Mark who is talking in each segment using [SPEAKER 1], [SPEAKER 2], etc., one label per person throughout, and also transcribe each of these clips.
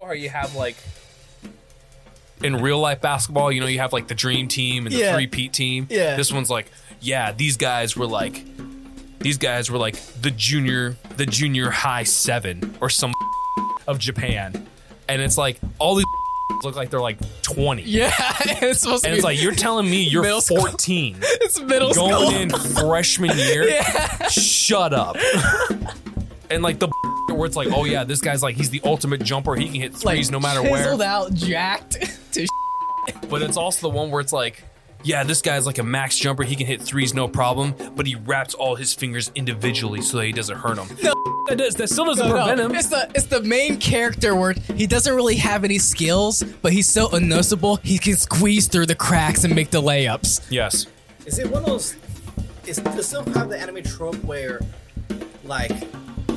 [SPEAKER 1] or you have like in real life basketball, you know, you have like the dream team and the
[SPEAKER 2] Yeah.
[SPEAKER 1] three peat team.
[SPEAKER 2] Yeah.
[SPEAKER 1] This one's like, yeah, these guys were like these guys were like the junior the junior high seven or some of Japan. And it's like all these look like they're like twenty.
[SPEAKER 2] Yeah, it's supposed
[SPEAKER 1] And
[SPEAKER 2] to
[SPEAKER 1] it's
[SPEAKER 2] be
[SPEAKER 1] like you're telling me you're
[SPEAKER 2] Middle school.
[SPEAKER 1] 14
[SPEAKER 2] it's middle
[SPEAKER 1] going
[SPEAKER 2] school.
[SPEAKER 1] in freshman year. Shut up. and like the where it's like, oh yeah, this guy's like he's the ultimate jumper. He can hit threes no matter where.
[SPEAKER 2] chiseled out, jacked. To
[SPEAKER 1] But it's also the one where it's like, yeah, this guy's like a max jumper. He can hit threes no problem. But he wraps all his fingers individually so that he doesn't hurt him. that, does, that still doesn't
[SPEAKER 2] No, no,
[SPEAKER 1] prevent him.
[SPEAKER 2] It's the it's the main character where he doesn't really have any skills, but he's so unnoticeable he can squeeze through the cracks and make the layups.
[SPEAKER 1] Yes.
[SPEAKER 3] Is it one of those? Is does still have the anime trope where, like,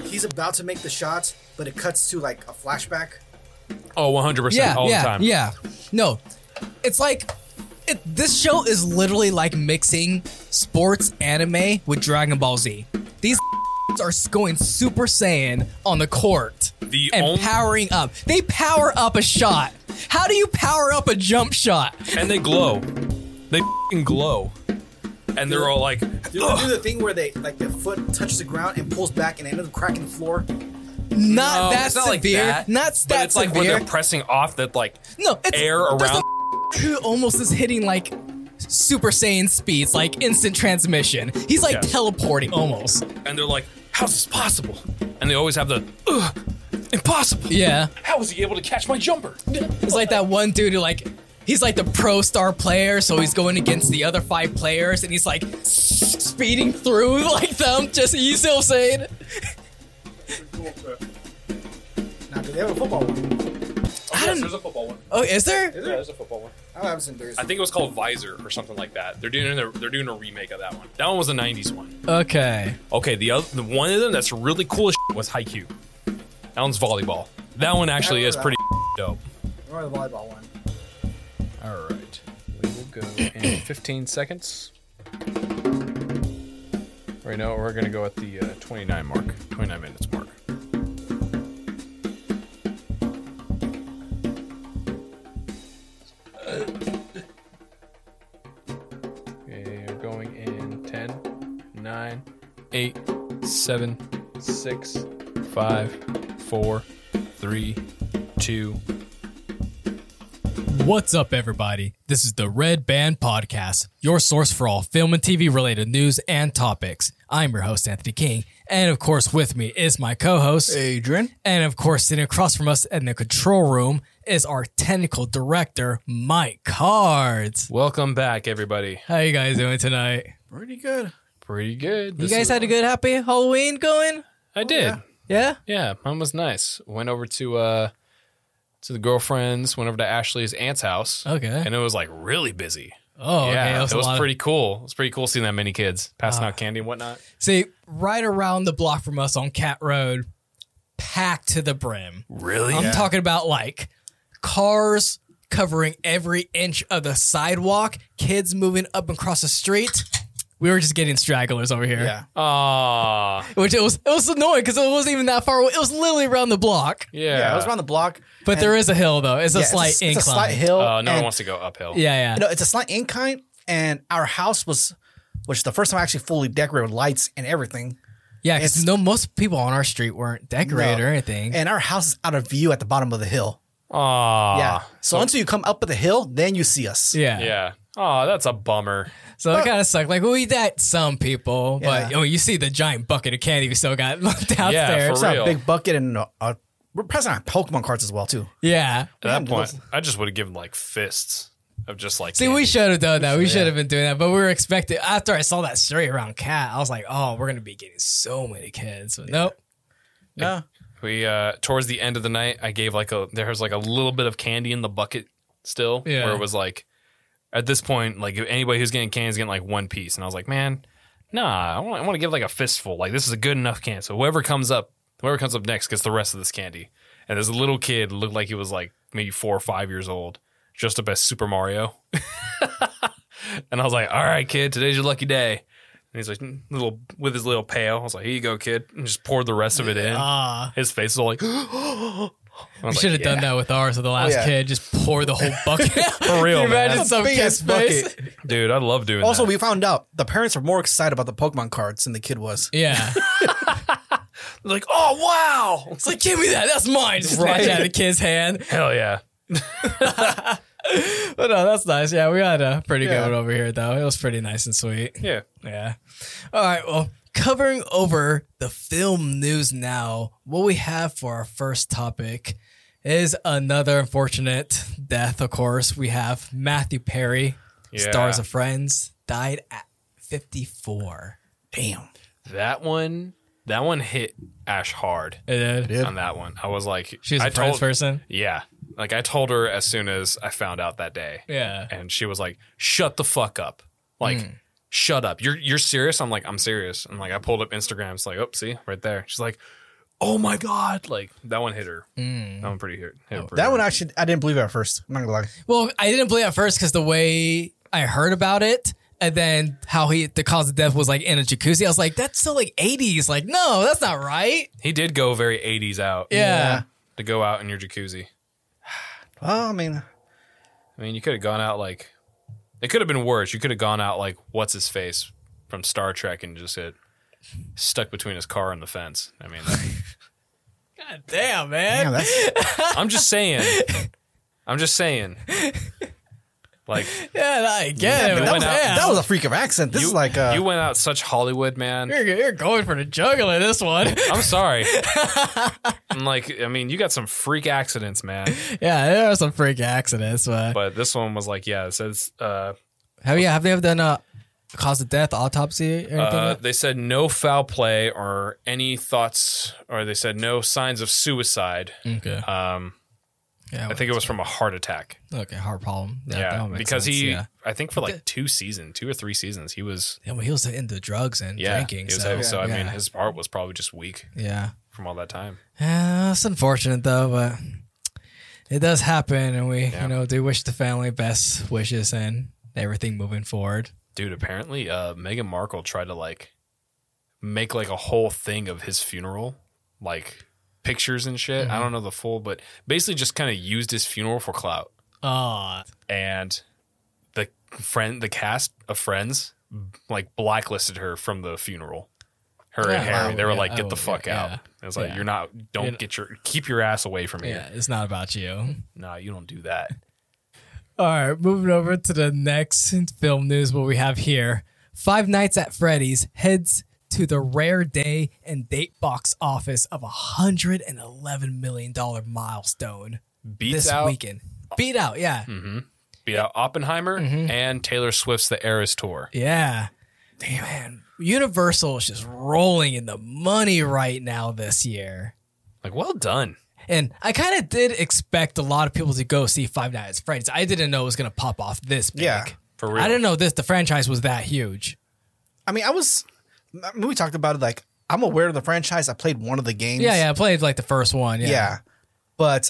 [SPEAKER 3] he's about to make the shot, but it cuts to like a flashback?
[SPEAKER 1] Oh, 100
[SPEAKER 2] Yeah,
[SPEAKER 1] percent all
[SPEAKER 2] yeah,
[SPEAKER 1] the time.
[SPEAKER 2] yeah. No, it's like it, this show is literally like mixing sports anime with Dragon Ball Z. These are going Super Saiyan on the court
[SPEAKER 1] The
[SPEAKER 2] and
[SPEAKER 1] only-
[SPEAKER 2] powering up. They power up a shot. How do you power up a jump shot?
[SPEAKER 1] And they glow. They fing glow. And they're all like,
[SPEAKER 3] Do they do the thing where they like the foot touches the ground and pulls back and ends up cracking the floor?
[SPEAKER 2] Not
[SPEAKER 1] No,
[SPEAKER 2] that
[SPEAKER 1] it's
[SPEAKER 2] severe.
[SPEAKER 1] not like that.
[SPEAKER 2] Not that
[SPEAKER 1] but it's like
[SPEAKER 2] severe.
[SPEAKER 1] when they're pressing off that like
[SPEAKER 2] No, it's
[SPEAKER 1] air
[SPEAKER 2] there's
[SPEAKER 1] around.
[SPEAKER 2] a who almost is hitting like Super Saiyan speeds, like instant transmission. He's like
[SPEAKER 1] Yeah.
[SPEAKER 2] teleporting almost.
[SPEAKER 1] and they're like, "How's this possible?" And they always have the Ugh, impossible.
[SPEAKER 2] Yeah,
[SPEAKER 1] How was he able to catch my jumper?
[SPEAKER 2] it's like that one dude who like he's like the pro star player, so he's going against the other five players, and he's like speeding through like them. Just you see what I'm saying?
[SPEAKER 3] Now, do they have a football one?
[SPEAKER 2] I don't-
[SPEAKER 1] a football one.
[SPEAKER 2] Oh, is there?
[SPEAKER 3] Yeah, there's
[SPEAKER 1] a football one.
[SPEAKER 3] I don't have some there's.
[SPEAKER 1] I think it was called Visor or something like that. They're doing a, they're doing a remake of that one. That one was a '90s one.
[SPEAKER 2] Okay.
[SPEAKER 1] Okay, the other the one of them that's really cool as shit was Haikyuu. That one's volleyball. That one actually is pretty dope.
[SPEAKER 3] Or the volleyball one.
[SPEAKER 1] All right, we will go in 15 seconds. Right now, we're gonna go at the uh, 29 mark, 29 minutes mark. Okay, we're going in 10, 9, 8, 7, 6, 5, 4, 3, 2,
[SPEAKER 2] What's up, everybody? This is the Red Band Podcast, your source for all film and TV related news and topics. I'm your host, Anthony King. And of course, with me is my co host.
[SPEAKER 4] Adrian.
[SPEAKER 2] And of course, sitting across from us in the control room is our technical director, Mike Cards.
[SPEAKER 1] Welcome back, everybody.
[SPEAKER 2] How you guys doing tonight?
[SPEAKER 4] Pretty good.
[SPEAKER 1] Pretty good.
[SPEAKER 2] You guys had a good, happy Halloween going?
[SPEAKER 1] I did. Yeah.
[SPEAKER 2] Yeah?
[SPEAKER 1] mine was nice. Went over to uh to the girlfriend's. Went over to Ashley's aunt's house.
[SPEAKER 2] Okay.
[SPEAKER 1] and it was like really busy.
[SPEAKER 2] Oh, okay.
[SPEAKER 1] yeah,
[SPEAKER 2] that was
[SPEAKER 1] it
[SPEAKER 2] a
[SPEAKER 1] was
[SPEAKER 2] lot of- Ah.
[SPEAKER 1] pretty cool. It was pretty cool seeing that many kids passing out candy and whatnot.
[SPEAKER 2] See, right around the block from us on Cat Road, packed to the brim.
[SPEAKER 1] Really?
[SPEAKER 2] I'm talking about like cars covering every inch of the sidewalk, kids moving up and across the street. We were just getting stragglers over here.
[SPEAKER 4] Yeah.
[SPEAKER 1] Ah,
[SPEAKER 2] Which it was it was annoying because it wasn't even that far away. It was literally around the block.
[SPEAKER 1] yeah.
[SPEAKER 4] Yeah, I was around the block.
[SPEAKER 2] But there is a hill though. It's a
[SPEAKER 4] yeah,
[SPEAKER 2] slight
[SPEAKER 4] it's a,
[SPEAKER 2] incline.
[SPEAKER 4] It's a slight hill.
[SPEAKER 1] Uh, no one
[SPEAKER 4] and-
[SPEAKER 1] wants to go uphill.
[SPEAKER 2] Yeah, yeah.
[SPEAKER 4] No, it's a slight incline, and our house was, which the first time I actually fully decorated with lights and everything.
[SPEAKER 2] yeah, 'cause
[SPEAKER 4] it's-
[SPEAKER 2] no most people on our street weren't decorated
[SPEAKER 4] No.
[SPEAKER 2] or anything.
[SPEAKER 4] And our house is out of view at the bottom of the hill.
[SPEAKER 1] Ah,
[SPEAKER 4] Yeah. So, until you come up at the hill, then you see us.
[SPEAKER 2] yeah.
[SPEAKER 1] yeah. Oh, that's a bummer.
[SPEAKER 2] So it kind of sucked. Like, we that some people, but
[SPEAKER 4] Yeah.
[SPEAKER 2] oh, you see the giant bucket of candy we still got left out
[SPEAKER 1] Yeah,
[SPEAKER 2] there.
[SPEAKER 1] for
[SPEAKER 4] It's not
[SPEAKER 1] real.
[SPEAKER 4] a big bucket, and uh, uh, we're passing out Pokemon cards as well too.
[SPEAKER 2] yeah.
[SPEAKER 1] At that
[SPEAKER 4] Yeah,
[SPEAKER 1] point, I just would have given like fists of just like.
[SPEAKER 2] See, we should have done that. We should have been doing that, but we were expecting. After I saw that story around Cat, I was like, "Oh, we're gonna be getting so many kids." But nope.
[SPEAKER 4] Yeah.
[SPEAKER 1] We uh towards the end of the night, I gave like a there was like a little bit of candy in the bucket still,
[SPEAKER 2] Yeah.
[SPEAKER 1] where it was like at this point, like if anybody who's getting candy is getting like one piece, and I was like, man, nah, I want, I want to give like a fistful. Like this is a good enough can. So whoever comes up, whoever comes up next gets the rest of this candy. And this little kid looked like he was like maybe four or five years old, dressed up as Super Mario. and I was like, all right, kid, today's your lucky day. And he's like, "Mm," little with his little pail. I was like, here you go, kid, and just poured the rest of it in.
[SPEAKER 2] Ah,
[SPEAKER 1] His face is all like, I
[SPEAKER 2] We
[SPEAKER 1] was
[SPEAKER 2] should have
[SPEAKER 1] like,
[SPEAKER 2] done
[SPEAKER 1] yeah.
[SPEAKER 2] that with ours with the last
[SPEAKER 4] Oh, yeah.
[SPEAKER 2] kid. Just pour the whole bucket. out.
[SPEAKER 1] For real,
[SPEAKER 2] Can you
[SPEAKER 1] man.
[SPEAKER 2] Imagine some
[SPEAKER 4] Big ass
[SPEAKER 2] kid's face.
[SPEAKER 4] bucket.
[SPEAKER 1] dude. I love doing
[SPEAKER 4] Also,
[SPEAKER 1] that.
[SPEAKER 4] we found out the parents were more excited about the Pokemon cards than the kid was.
[SPEAKER 2] Yeah.
[SPEAKER 1] like, oh wow,
[SPEAKER 2] It's like, give me that. That's mine. Just snatch it out of the kid's hand.
[SPEAKER 1] hell yeah.
[SPEAKER 2] But no, that's nice. Yeah, we had a pretty
[SPEAKER 4] Yeah.
[SPEAKER 2] good one over here, though. It was pretty nice and sweet.
[SPEAKER 1] Yeah.
[SPEAKER 2] Yeah. All right. Well, covering over the film news now, what we have for our first topic is another unfortunate death, of course. We have Matthew Perry,
[SPEAKER 1] Yeah.
[SPEAKER 2] stars of Friends, died at 54. Damn.
[SPEAKER 1] That one, that one hit Ash hard
[SPEAKER 2] It did.
[SPEAKER 1] on that one. I was like,
[SPEAKER 2] She was a
[SPEAKER 1] I
[SPEAKER 2] Friends
[SPEAKER 1] told,
[SPEAKER 2] person.
[SPEAKER 1] Yeah, like I told her as soon as I found out that day,
[SPEAKER 2] Yeah. Hmm.
[SPEAKER 1] and she was like, "Shut the fuck up!" Like, shut up. You're you're serious. I'm like, I'm serious. And like, I pulled up Instagram. It's like, oh, see, right there. She's like, "Oh my god!" Like that one hit her.
[SPEAKER 2] Hmm.
[SPEAKER 1] That one pretty hit. hit her pretty
[SPEAKER 4] That one
[SPEAKER 1] hard.
[SPEAKER 4] actually, I didn't believe it at first. I'm not gonna lie.
[SPEAKER 2] Well, I didn't believe at first because the way I heard about it. And then how he the cause of death was like in a jacuzzi. I was like, that's so like 80s. Like, no, that's not right.
[SPEAKER 1] he did go very 80s out.
[SPEAKER 2] Yeah.
[SPEAKER 1] to go out in your jacuzzi.
[SPEAKER 4] Well, I mean,
[SPEAKER 1] I mean, you could have gone out like it could have been worse. You could have gone out like what's his face from Star Trek and just hit stuck between his car and the fence. I mean,
[SPEAKER 2] God damn, man.
[SPEAKER 4] damn, that's
[SPEAKER 1] I'm just saying. I'm just saying. Like
[SPEAKER 2] Yeah, I get it.
[SPEAKER 1] but that
[SPEAKER 2] but That,
[SPEAKER 1] was-
[SPEAKER 2] damn.
[SPEAKER 4] that was a freak of accent. This
[SPEAKER 1] you,
[SPEAKER 4] is like, uh,
[SPEAKER 1] you went out such Hollywood, man.
[SPEAKER 2] you're, you're going for the juggler this one.
[SPEAKER 1] I'm sorry. I'm like, I mean, you got some freak accidents, man.
[SPEAKER 2] yeah, there are some freak accidents, but,
[SPEAKER 1] But this one was like, yeah, it says uh,
[SPEAKER 2] have you have they ever done a cause of death autopsy or anything?
[SPEAKER 1] Uh, they said no foul play or any thoughts, or they said no signs of suicide.
[SPEAKER 2] okay.
[SPEAKER 1] Um,
[SPEAKER 2] yeah,
[SPEAKER 1] I think it was from a heart attack.
[SPEAKER 2] okay. Heart problem. Yeah, Oh, that
[SPEAKER 1] Yeah,
[SPEAKER 2] would make
[SPEAKER 1] because
[SPEAKER 2] sense,
[SPEAKER 1] he,
[SPEAKER 2] yeah.
[SPEAKER 1] I think for like two seasons, two or three seasons, he was
[SPEAKER 2] Yeah, well, he was into drugs and
[SPEAKER 1] yeah,
[SPEAKER 2] drinking.
[SPEAKER 1] he was
[SPEAKER 2] so,
[SPEAKER 1] heavy. So I
[SPEAKER 2] yeah,
[SPEAKER 1] mean, his heart was probably just weak
[SPEAKER 2] yeah.
[SPEAKER 1] from all that time.
[SPEAKER 2] Yeah, it's unfortunate though, but it does happen, and we
[SPEAKER 1] Yeah.
[SPEAKER 2] you know do wish the family best wishes and everything moving forward.
[SPEAKER 1] Dude, apparently, uh, Meghan Markle tried to like make like a whole thing of his funeral, like pictures and shit.
[SPEAKER 2] Mm-hmm.
[SPEAKER 1] I don't know the full, but basically just kind of used his funeral for clout.
[SPEAKER 2] Oh,
[SPEAKER 1] and the friend the cast of friends like blacklisted her from the funeral her
[SPEAKER 2] Yeah,
[SPEAKER 1] and harry
[SPEAKER 2] I
[SPEAKER 1] they were
[SPEAKER 2] would-
[SPEAKER 1] like
[SPEAKER 2] I
[SPEAKER 1] get the
[SPEAKER 2] would,
[SPEAKER 1] fuck
[SPEAKER 2] yeah.
[SPEAKER 1] out And it's like
[SPEAKER 2] Yeah.
[SPEAKER 1] you're not don't
[SPEAKER 2] You're not-
[SPEAKER 1] get your keep your ass away from
[SPEAKER 2] yeah,
[SPEAKER 1] here
[SPEAKER 2] it's not about you.
[SPEAKER 1] nah you don't do that
[SPEAKER 2] All right, moving over to the next film news. What we have here: Five Nights at Freddy's heads to the rare day and date box office of a hundred and eleven million dollar milestone
[SPEAKER 1] beats
[SPEAKER 2] this
[SPEAKER 1] out Hmm.
[SPEAKER 2] weekend. Beat out, yeah,
[SPEAKER 1] beat out oppenheimer
[SPEAKER 2] Mm-hmm.
[SPEAKER 1] and taylor swift's the eras tour
[SPEAKER 2] yeah. Damn, man, Universal is just rolling in the money right now this year.
[SPEAKER 1] like well done
[SPEAKER 2] And I kind of did expect a lot of people to go see Five Nights at Freddy's. I didn't know it was going to pop off this big.
[SPEAKER 4] Yeah,
[SPEAKER 1] for real
[SPEAKER 2] I didn't know this. The franchise was that huge.
[SPEAKER 4] I mean, I was. I mean, we talked about it. Like, I'm aware of the franchise. I played one of the games.
[SPEAKER 2] Yeah, yeah. I played like the first one. Yeah.
[SPEAKER 4] yeah. But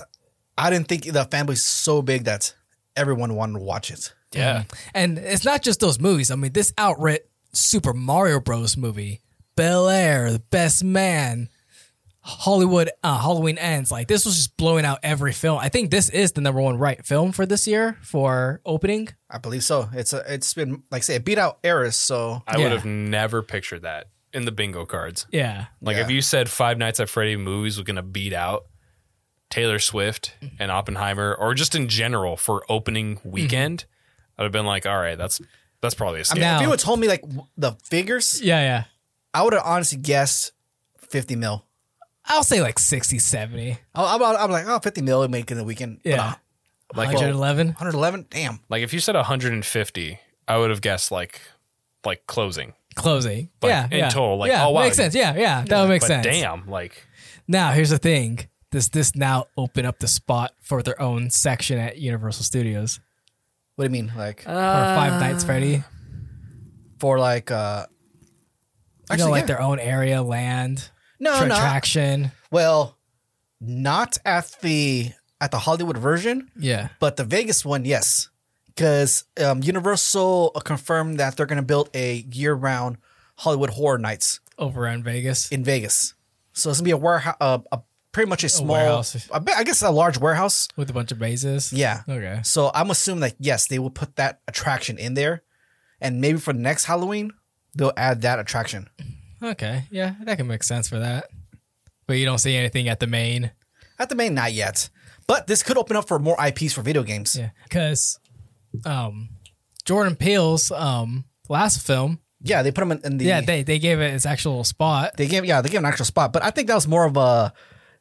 [SPEAKER 4] I didn't think the family's so big that everyone wanted to watch it.
[SPEAKER 1] yeah
[SPEAKER 2] Mm-hmm. And it's not just those movies. I mean, this outwrit Super Mario Bros. movie, Bel Air, The Best Man, Hollywood, uh, Halloween Ends. Like, this was just blowing out every film. I think this is the number one right film for this year for opening.
[SPEAKER 4] I believe so. It's a, it's been like I say, it beat out Eris. So
[SPEAKER 1] i
[SPEAKER 2] Yeah.
[SPEAKER 1] would have never pictured that in the bingo cards
[SPEAKER 2] Yeah.
[SPEAKER 1] like
[SPEAKER 4] Yeah.
[SPEAKER 1] if you said five nights at freddy movies were gonna beat out Taylor Swift
[SPEAKER 2] Mm-hmm.
[SPEAKER 1] and Oppenheimer, or just in general for opening weekend, I'd have been like, all right, that's that's probably a
[SPEAKER 4] I
[SPEAKER 1] scam.
[SPEAKER 4] mean,
[SPEAKER 2] Now-
[SPEAKER 4] if you would told me like w- the figures,
[SPEAKER 2] Yeah, yeah.
[SPEAKER 4] I would have honestly guessed 50 mil.
[SPEAKER 2] I'll say like 60, 70.
[SPEAKER 4] I, I'm, I'm like, oh, 50 mil would make it in the weekend. But,
[SPEAKER 2] Yeah.
[SPEAKER 4] uh,
[SPEAKER 1] Like,
[SPEAKER 2] 111.
[SPEAKER 4] 111. Damn.
[SPEAKER 1] like if you said 150, I would have guessed like like closing.
[SPEAKER 2] closing.
[SPEAKER 1] Like,
[SPEAKER 2] yeah,
[SPEAKER 1] in
[SPEAKER 2] yeah.
[SPEAKER 1] total, like,
[SPEAKER 2] yeah,
[SPEAKER 1] oh, wow.
[SPEAKER 2] makes sense. Yeah, yeah, that would make
[SPEAKER 1] but
[SPEAKER 2] sense.
[SPEAKER 1] damn, like
[SPEAKER 2] Now here's the thing: does this now open up the spot for their own section at Universal Studios
[SPEAKER 4] What do you mean? Like
[SPEAKER 2] or Five Nights Freddy?
[SPEAKER 4] for like uh
[SPEAKER 2] You know, like
[SPEAKER 4] yeah.
[SPEAKER 2] their own area, land,
[SPEAKER 4] no, no.
[SPEAKER 2] attraction.
[SPEAKER 4] Well, not at the at the Hollywood version,
[SPEAKER 2] Yeah,
[SPEAKER 4] but the Vegas one, yes. Cuz um Universal confirmed that they're going to build a year-round Hollywood Horror Nights
[SPEAKER 2] over in Vegas.
[SPEAKER 4] in Vegas. So it's going to be a warehouse a, a pretty much a small,
[SPEAKER 2] warehouse.
[SPEAKER 4] I, bet- I guess a large warehouse.
[SPEAKER 2] with a bunch of bases.
[SPEAKER 4] Yeah.
[SPEAKER 2] Okay.
[SPEAKER 4] So I'm assuming that yes, they will put that attraction in there, and maybe for next Halloween they'll add that attraction.
[SPEAKER 2] Okay. Yeah, that can make sense for that. But you don't see anything at the main.
[SPEAKER 4] At the main, not yet, but this could open up for more IPs for video games. Yeah,
[SPEAKER 2] Yeah, because um, Jordan Peele's um, last film.
[SPEAKER 4] they put them in, in the
[SPEAKER 2] Yeah, they they gave it its actual spot.
[SPEAKER 4] they gave yeah they gave an actual spot, but I think that was more of a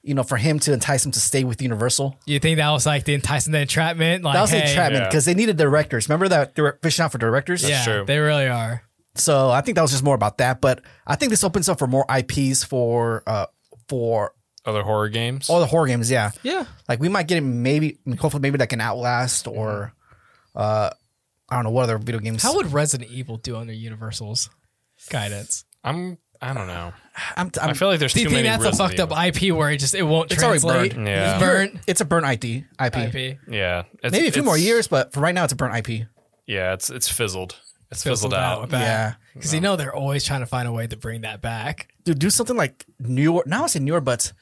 [SPEAKER 4] you know for him to entice him to stay with Universal.
[SPEAKER 2] You think that was like the enticing the entrapment? Like,
[SPEAKER 4] That was the
[SPEAKER 2] hey,
[SPEAKER 4] entrapment
[SPEAKER 1] Yeah.
[SPEAKER 4] because they needed directors. Remember that they were fishing out for directors.
[SPEAKER 2] Yeah,
[SPEAKER 1] true.
[SPEAKER 2] they really are.
[SPEAKER 4] So I think that was just more about that. But I think this opens up for more IPs for uh for
[SPEAKER 1] Other horror games.
[SPEAKER 4] all the horror games. Yeah,
[SPEAKER 2] Yeah,
[SPEAKER 4] like we might get it maybe hopefully maybe like an Outlast or uh I don't know what other video games.
[SPEAKER 2] how would Resident Evil do under Universal's guidance?
[SPEAKER 1] I'm. I don't know.
[SPEAKER 4] I'm, I'm,
[SPEAKER 1] I feel like there's
[SPEAKER 2] Do
[SPEAKER 1] too
[SPEAKER 2] you think
[SPEAKER 1] many.
[SPEAKER 2] that's a
[SPEAKER 1] Resident
[SPEAKER 2] fucked up
[SPEAKER 1] Evil.
[SPEAKER 2] IP where it just it won't
[SPEAKER 4] It's already
[SPEAKER 2] translate?
[SPEAKER 4] burned.
[SPEAKER 1] Yeah.
[SPEAKER 2] It's burnt
[SPEAKER 4] it's a burnt IT IP.
[SPEAKER 2] IP.
[SPEAKER 1] Yeah. It's-
[SPEAKER 4] Maybe a few more
[SPEAKER 1] it's-
[SPEAKER 4] years, but for right now it's a burnt IP.
[SPEAKER 1] Yeah, it's it's fizzled. It's fizzled, out.
[SPEAKER 4] Yeah.
[SPEAKER 2] because you know they're always trying to find a way to bring that back.
[SPEAKER 4] Dude, do something like newer. Now I say newer, but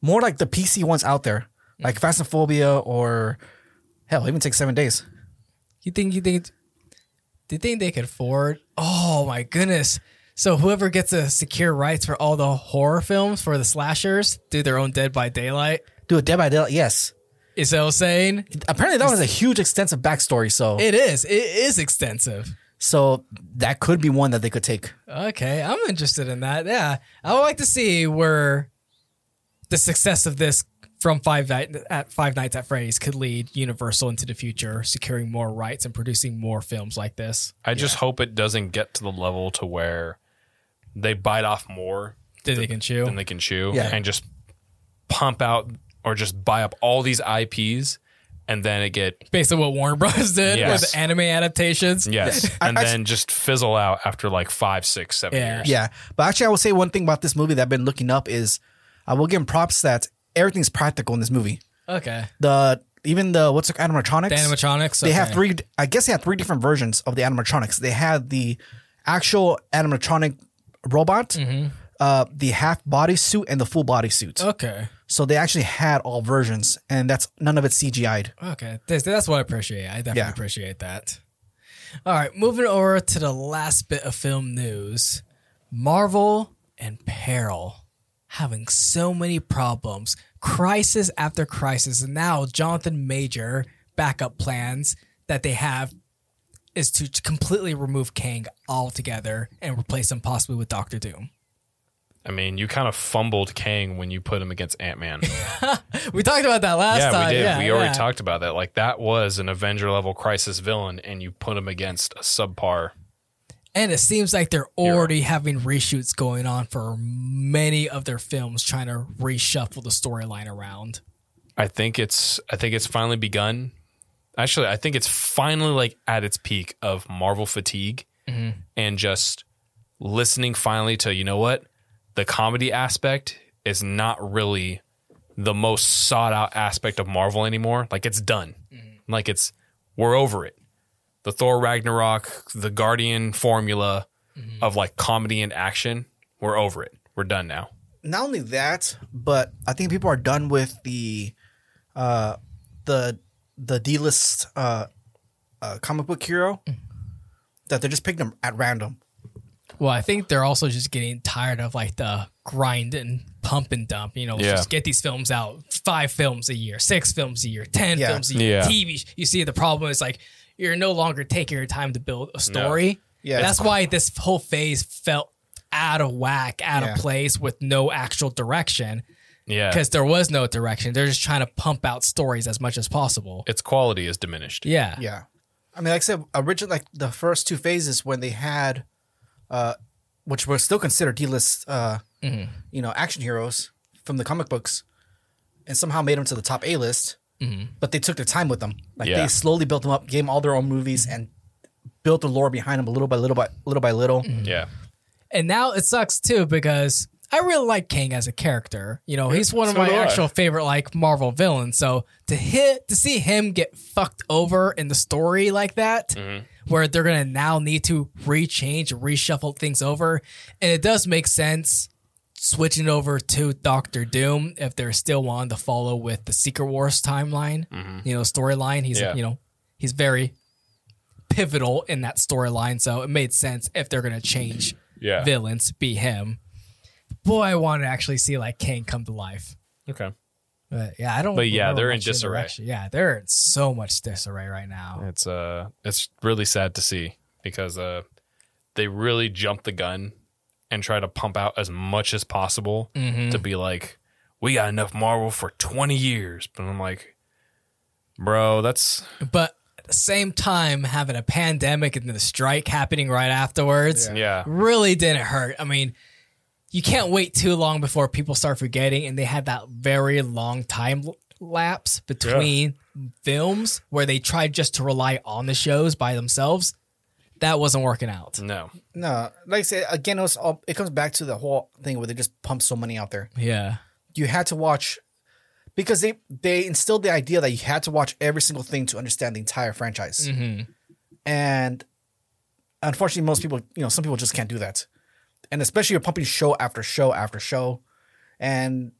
[SPEAKER 4] more like the PC ones out there,
[SPEAKER 2] Mm.
[SPEAKER 4] like Phasmophobia or hell, even take seven days.
[SPEAKER 2] You think you think? Do you think they could afford? Oh my goodness! So whoever gets the secure rights for all the horror films for the slashers do their own Dead by Daylight.
[SPEAKER 4] Do a Dead by Daylight. Yes,
[SPEAKER 2] Is that saying?
[SPEAKER 4] apparently that was a huge, extensive backstory. So,
[SPEAKER 2] It is. It is extensive.
[SPEAKER 4] so that could be one that they could take.
[SPEAKER 2] Okay, I'm interested in that. Yeah, I would like to see where the success of this from Five Night at Five Nights at Freddy's could lead Universal into the future, securing more rights and producing more films like this.
[SPEAKER 1] I just hope it doesn't get to the level to where they bite off more
[SPEAKER 2] Then they can chew.
[SPEAKER 1] than they can chew
[SPEAKER 4] Yeah.
[SPEAKER 1] and just pump out or just buy up all these IPs and then it get
[SPEAKER 2] Based on what Warner Bros. did
[SPEAKER 1] Yes.
[SPEAKER 2] with anime adaptations.
[SPEAKER 1] yes and then just fizzle out after like five, six, seven
[SPEAKER 2] Yeah.
[SPEAKER 1] years.
[SPEAKER 4] Yeah, but actually, I will say one thing about this movie that I've been looking up is I will give him props that everything's practical in this movie.
[SPEAKER 2] Okay.
[SPEAKER 4] The even the what's it animatronics.
[SPEAKER 2] The animatronics.
[SPEAKER 4] They have
[SPEAKER 2] okay.
[SPEAKER 4] three. I guess they have three different versions of the animatronics. They had the actual animatronic robot,
[SPEAKER 2] Mm-hmm.
[SPEAKER 4] uh, the half body suit, and the full body suit.
[SPEAKER 2] Okay.
[SPEAKER 4] So they actually had all versions, and that's none of it's CGI'd.
[SPEAKER 2] Okay. That's, that's what I appreciate. I definitely
[SPEAKER 4] Yeah.
[SPEAKER 2] appreciate that. All right. Moving over to the last bit of film news Marvel and Peril having so many problems, crisis after crisis. And now Jonathan Major backup plans that they have is to completely remove Kang altogether and replace him possibly with Doctor Doom.
[SPEAKER 1] I mean, you kind of fumbled Kang when you put him against Ant Man.
[SPEAKER 2] We talked about that last
[SPEAKER 1] yeah,
[SPEAKER 2] time.
[SPEAKER 1] we did.
[SPEAKER 2] Yeah,
[SPEAKER 1] we already
[SPEAKER 2] yeah.
[SPEAKER 1] talked about that. Like that was an Avenger level crisis villain and you put him against a subpar.
[SPEAKER 2] And it seems like they're already having reshoots going on for many of their films, trying to reshuffle the storyline around.
[SPEAKER 1] I think it's I think it's finally begun. Actually, I think it's finally like at its peak of Marvel fatigue and just listening finally to, you know what? The comedy aspect is not really the most sought out aspect of Marvel anymore. Like it's done. Like it's we're over it. The Thor Ragnarok, the Guardian formula of like comedy and action, we're over it. We're done now.
[SPEAKER 4] Not only that, but I think people are done with the, uh, the the D list uh, uh, comic book hero that they're just picking them at random.
[SPEAKER 2] Well, I think they're also just getting tired of like the grind and pump and dump. You know, let's
[SPEAKER 1] Yeah.
[SPEAKER 2] just get these films out. Five films a year, six films a year, ten
[SPEAKER 4] Yeah.
[SPEAKER 2] films a year.
[SPEAKER 1] Yeah.
[SPEAKER 2] TV. You see, the problem is like you're no longer taking your time to build a story.
[SPEAKER 4] Yeah.
[SPEAKER 2] that's why this whole phase felt out of whack, out
[SPEAKER 4] Yeah.
[SPEAKER 2] of place, with no actual direction.
[SPEAKER 1] Yeah.
[SPEAKER 2] because there was no direction. They're just trying to pump out stories as much as possible.
[SPEAKER 1] Its quality is diminished.
[SPEAKER 2] Yeah.
[SPEAKER 4] Yeah. I mean, like I said, originally, like the first two phases when they had, uh, which were still considered D list, uh, you know, action heroes from the comic books and somehow made them to the top A list, but they took their time with them. Like
[SPEAKER 1] Yeah.
[SPEAKER 4] they slowly built them up, gave them all their own movies, and built the lore behind them a little by little by little by little.
[SPEAKER 1] Yeah.
[SPEAKER 2] And now it sucks too because I really like Kang as a character. You know, he's one of
[SPEAKER 1] so
[SPEAKER 2] my
[SPEAKER 1] do I.
[SPEAKER 2] actual favorite like Marvel villains. So to hit to see him get fucked over in the story like that.
[SPEAKER 1] Mm-hmm.
[SPEAKER 2] Where they're gonna now need to rechange, reshuffle things over, and it does make sense switching over to Doctor Doom if they're still wanting to follow with the Secret Wars timeline, you know, storyline. He's
[SPEAKER 1] Mm-hmm. Yeah.
[SPEAKER 2] you know, he's very pivotal in that storyline, so it made sense if they're gonna change
[SPEAKER 1] Yeah.
[SPEAKER 2] villains, be him. Boy, I want to actually see like Kane come to life.
[SPEAKER 1] Okay.
[SPEAKER 2] But yeah, I don't.
[SPEAKER 1] But yeah,
[SPEAKER 2] remember
[SPEAKER 1] they're in
[SPEAKER 2] much of the
[SPEAKER 1] disarray.
[SPEAKER 2] direction. Yeah, they're in so much disarray right now.
[SPEAKER 1] It's uh it's really sad to see because uh they really jump the gun and try to pump out as much as possible
[SPEAKER 2] Mm-hmm.
[SPEAKER 1] to be like we got enough Marvel for 20 years. But I'm like bro, that's
[SPEAKER 2] But at the same time, having a pandemic and then the strike happening right afterwards
[SPEAKER 1] yeah.
[SPEAKER 2] really didn't hurt. I mean, you can't wait too long before people start forgetting, and they had that very long time l- lapse between films where they tried just to rely on the shows by themselves. That wasn't working out.
[SPEAKER 1] No.
[SPEAKER 4] No, like I said again, it was all, it comes back to the whole thing where they just pump so money out there.
[SPEAKER 2] Yeah.
[SPEAKER 4] You had to watch because they they instilled the idea that you had to watch every single thing to understand the entire franchise,
[SPEAKER 2] Mm. Mm-hmm.
[SPEAKER 4] and unfortunately, most people, you know, some people just can't do that, and especially you're pumping show after show after show, and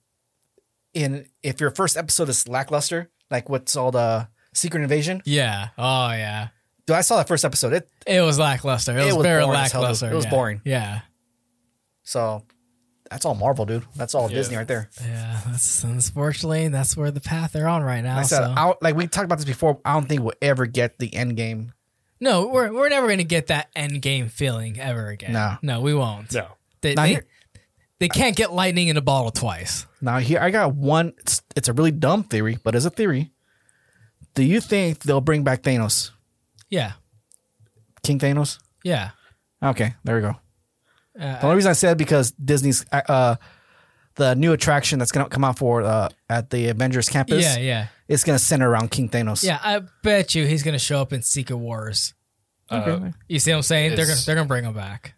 [SPEAKER 4] in if your first episode is lackluster, like what's all the Secret Invasion,
[SPEAKER 2] Yeah. Oh, yeah.
[SPEAKER 4] dude, I saw that first episode. It
[SPEAKER 2] It was lackluster. It,
[SPEAKER 4] It
[SPEAKER 2] was,
[SPEAKER 4] was
[SPEAKER 2] very
[SPEAKER 4] boring as hell, dude.
[SPEAKER 2] lackluster.
[SPEAKER 4] It was
[SPEAKER 2] yeah.
[SPEAKER 4] boring.
[SPEAKER 2] Yeah.
[SPEAKER 4] so that's all Marvel, dude. That's all Disney right there.
[SPEAKER 2] Yeah. That's unfortunately that's where the path they're on right now.
[SPEAKER 4] Like I said,
[SPEAKER 2] so.
[SPEAKER 4] I don't- like we talked about this before. I don't think we'll ever get the end game.
[SPEAKER 2] No, we're we're never gonna get that end game feeling ever again.
[SPEAKER 4] No.
[SPEAKER 2] no, we won't.
[SPEAKER 1] No.
[SPEAKER 2] They,
[SPEAKER 4] Now
[SPEAKER 2] they,
[SPEAKER 4] here-
[SPEAKER 2] they can't get lightning in a bottle twice.
[SPEAKER 4] Now here, I got one. It's, it's a really dumb theory, but it's a theory. Do you think they'll bring back Thanos,
[SPEAKER 2] Yeah,
[SPEAKER 4] King Thanos?
[SPEAKER 2] yeah.
[SPEAKER 4] Okay, there we go.
[SPEAKER 2] Uh,
[SPEAKER 4] the only reason I said because Disney's uh, uh, the new attraction that's gonna come out for uh, at the Avengers campus.
[SPEAKER 2] yeah, yeah,
[SPEAKER 4] It's gonna center around King Thanos.
[SPEAKER 2] yeah. I bet you he's gonna show up in Secret Wars.
[SPEAKER 1] Uh,
[SPEAKER 2] You see what I'm saying? They're gonna
[SPEAKER 1] It's-
[SPEAKER 2] they're gonna bring him back.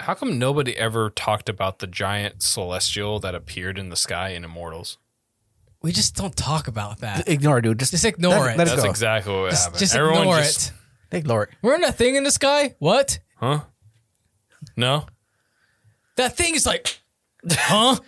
[SPEAKER 1] how come nobody ever talked about the giant celestial that appeared in the sky in Immortals?
[SPEAKER 2] We just don't talk about that.
[SPEAKER 4] ignore it, dude. Just,
[SPEAKER 2] Just ignore
[SPEAKER 4] let-
[SPEAKER 2] it.
[SPEAKER 4] let it
[SPEAKER 1] That's
[SPEAKER 4] go.
[SPEAKER 1] exactly what
[SPEAKER 2] Just,
[SPEAKER 1] happened.
[SPEAKER 2] just
[SPEAKER 1] Everyone
[SPEAKER 2] ignore
[SPEAKER 1] just
[SPEAKER 2] it.
[SPEAKER 4] ignore it.
[SPEAKER 2] We're in a thing in the sky. What?
[SPEAKER 1] huh? No.
[SPEAKER 2] That thing is like, huh?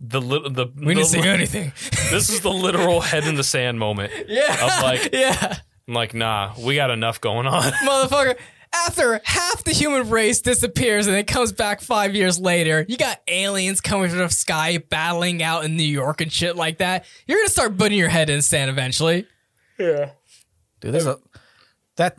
[SPEAKER 1] The li- the the,
[SPEAKER 2] We didn't see anything.
[SPEAKER 1] This is the literal head in the sand moment.
[SPEAKER 2] yeah,
[SPEAKER 1] Of like-
[SPEAKER 2] yeah.
[SPEAKER 1] I'm like, nah, we got enough going on.
[SPEAKER 2] motherfucker. After half the human race disappears and it comes back five years later, you got aliens coming from the sky battling out in New York and shit like that. You're gonna start putting your head in the sand eventually.
[SPEAKER 4] dude. There's a that.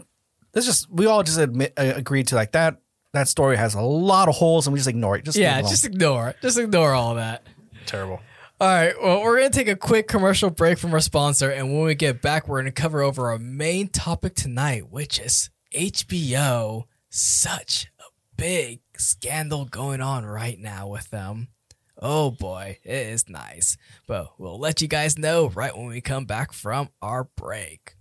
[SPEAKER 4] There's just we all just admit uh, agreed to like that. That story has a lot of holes, and we just ignore it. Just leave
[SPEAKER 2] Yeah,
[SPEAKER 4] it alone.
[SPEAKER 2] just ignore it. Just ignore all that.
[SPEAKER 1] Terrible.
[SPEAKER 2] All right, well, we're going to take a quick commercial break from our sponsor. And when we get back, we're going to cover over our main topic tonight, which is HBO. Such a big scandal going on right now with them. Oh boy, it is nice. But we'll let you guys know right when we come back from our break.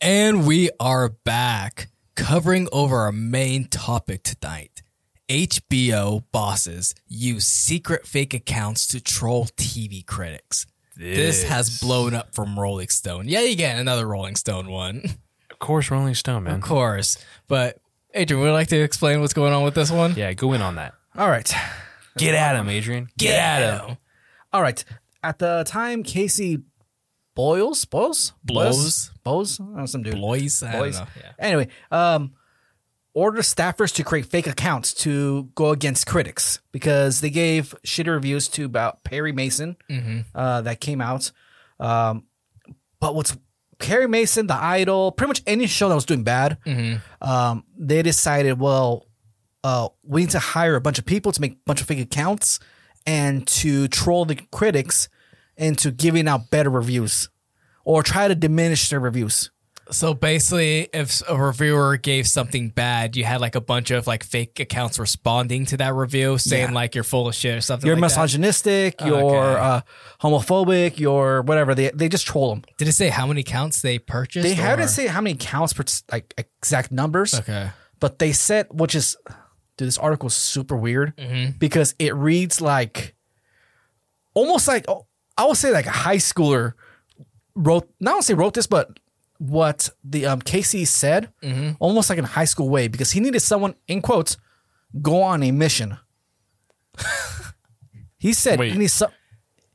[SPEAKER 2] And we are back covering over our main topic tonight. HBO bosses use secret fake accounts to troll TV critics. This, has blown up from Rolling Stone. Yeah, again, another Rolling Stone one.
[SPEAKER 1] Of course, Rolling Stone, man.
[SPEAKER 2] Of course. But Adrian, would you like to explain what's going on with this one?
[SPEAKER 1] Yeah, go in on that.
[SPEAKER 4] all right.
[SPEAKER 1] Get at him, Adrian.
[SPEAKER 2] Get at him.
[SPEAKER 4] All right. At the time, Casey Boyles, Boyles,
[SPEAKER 2] Blows.
[SPEAKER 4] Boyles, Oh, some dude.
[SPEAKER 2] Boys. I don't
[SPEAKER 4] Boyles.
[SPEAKER 2] know. Yeah.
[SPEAKER 4] Anyway, um, order staffers to create fake accounts to go against critics because they gave shitty reviews to about Perry Mason
[SPEAKER 2] Mm-hmm.
[SPEAKER 4] uh, that came out. Um, but what's Perry Mason, The Idol, pretty much any show that was doing bad,
[SPEAKER 2] Mm-hmm.
[SPEAKER 4] um, they decided, well, uh, we need to hire a bunch of people to make a bunch of fake accounts and to troll the critics into giving out better reviews or try to diminish their reviews.
[SPEAKER 2] So basically, if a reviewer gave something bad, you had like a bunch of like fake accounts responding to that review, saying
[SPEAKER 4] Yeah.
[SPEAKER 2] like you're full of shit or something.
[SPEAKER 4] You're
[SPEAKER 2] like that.
[SPEAKER 4] misogynistic, you're uh, homophobic, you're whatever. They they just troll them.
[SPEAKER 2] Did it say how many accounts they purchased?
[SPEAKER 4] They
[SPEAKER 2] or-
[SPEAKER 4] haven't said how many counts per like exact numbers.
[SPEAKER 2] Okay.
[SPEAKER 4] But they said, which is, dude, this article is super weird because it reads like, almost like oh, I would say like a high schooler wrote. Not only wrote this, but what the um, Casey said, almost like in a high school way, because he needed someone in quotes go on a mission he said
[SPEAKER 1] Wait.
[SPEAKER 4] he needs some,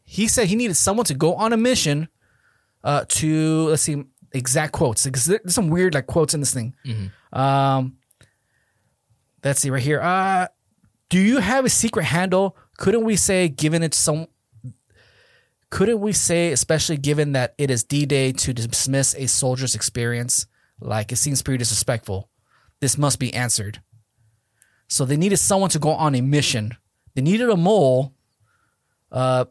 [SPEAKER 4] he said he needed someone to go on a mission uh, to let's see exact quotes. Like, There's some weird like quotes in this thing. Um, let's see right here. Uh, do you have a secret handle? Couldn't we say given it some? Couldn't we say, especially given that it is D-Day, to dismiss a soldier's experience? Like it seems pretty disrespectful. This must be answered. So they needed someone to go on a mission. They needed a mole.
[SPEAKER 2] A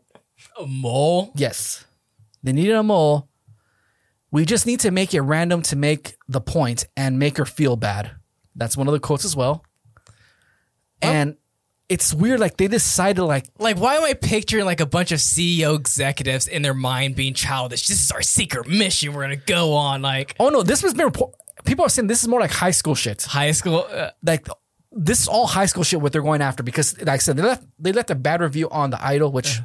[SPEAKER 2] mole?
[SPEAKER 4] Yes. They needed a mole. We just need to make it random to make the point and make her feel bad. That's one of the quotes as well. And it's weird, like they decided like
[SPEAKER 2] Like, why am I picturing like a bunch of CEO executives in their mind being childish? This is our secret mission. We're gonna go on like
[SPEAKER 4] oh no, this has been report- people are saying this is more like high school shit.
[SPEAKER 2] high school. Uh,
[SPEAKER 4] Like this is all high school shit what they're going after because like I said, they left they left a bad review on the idol, which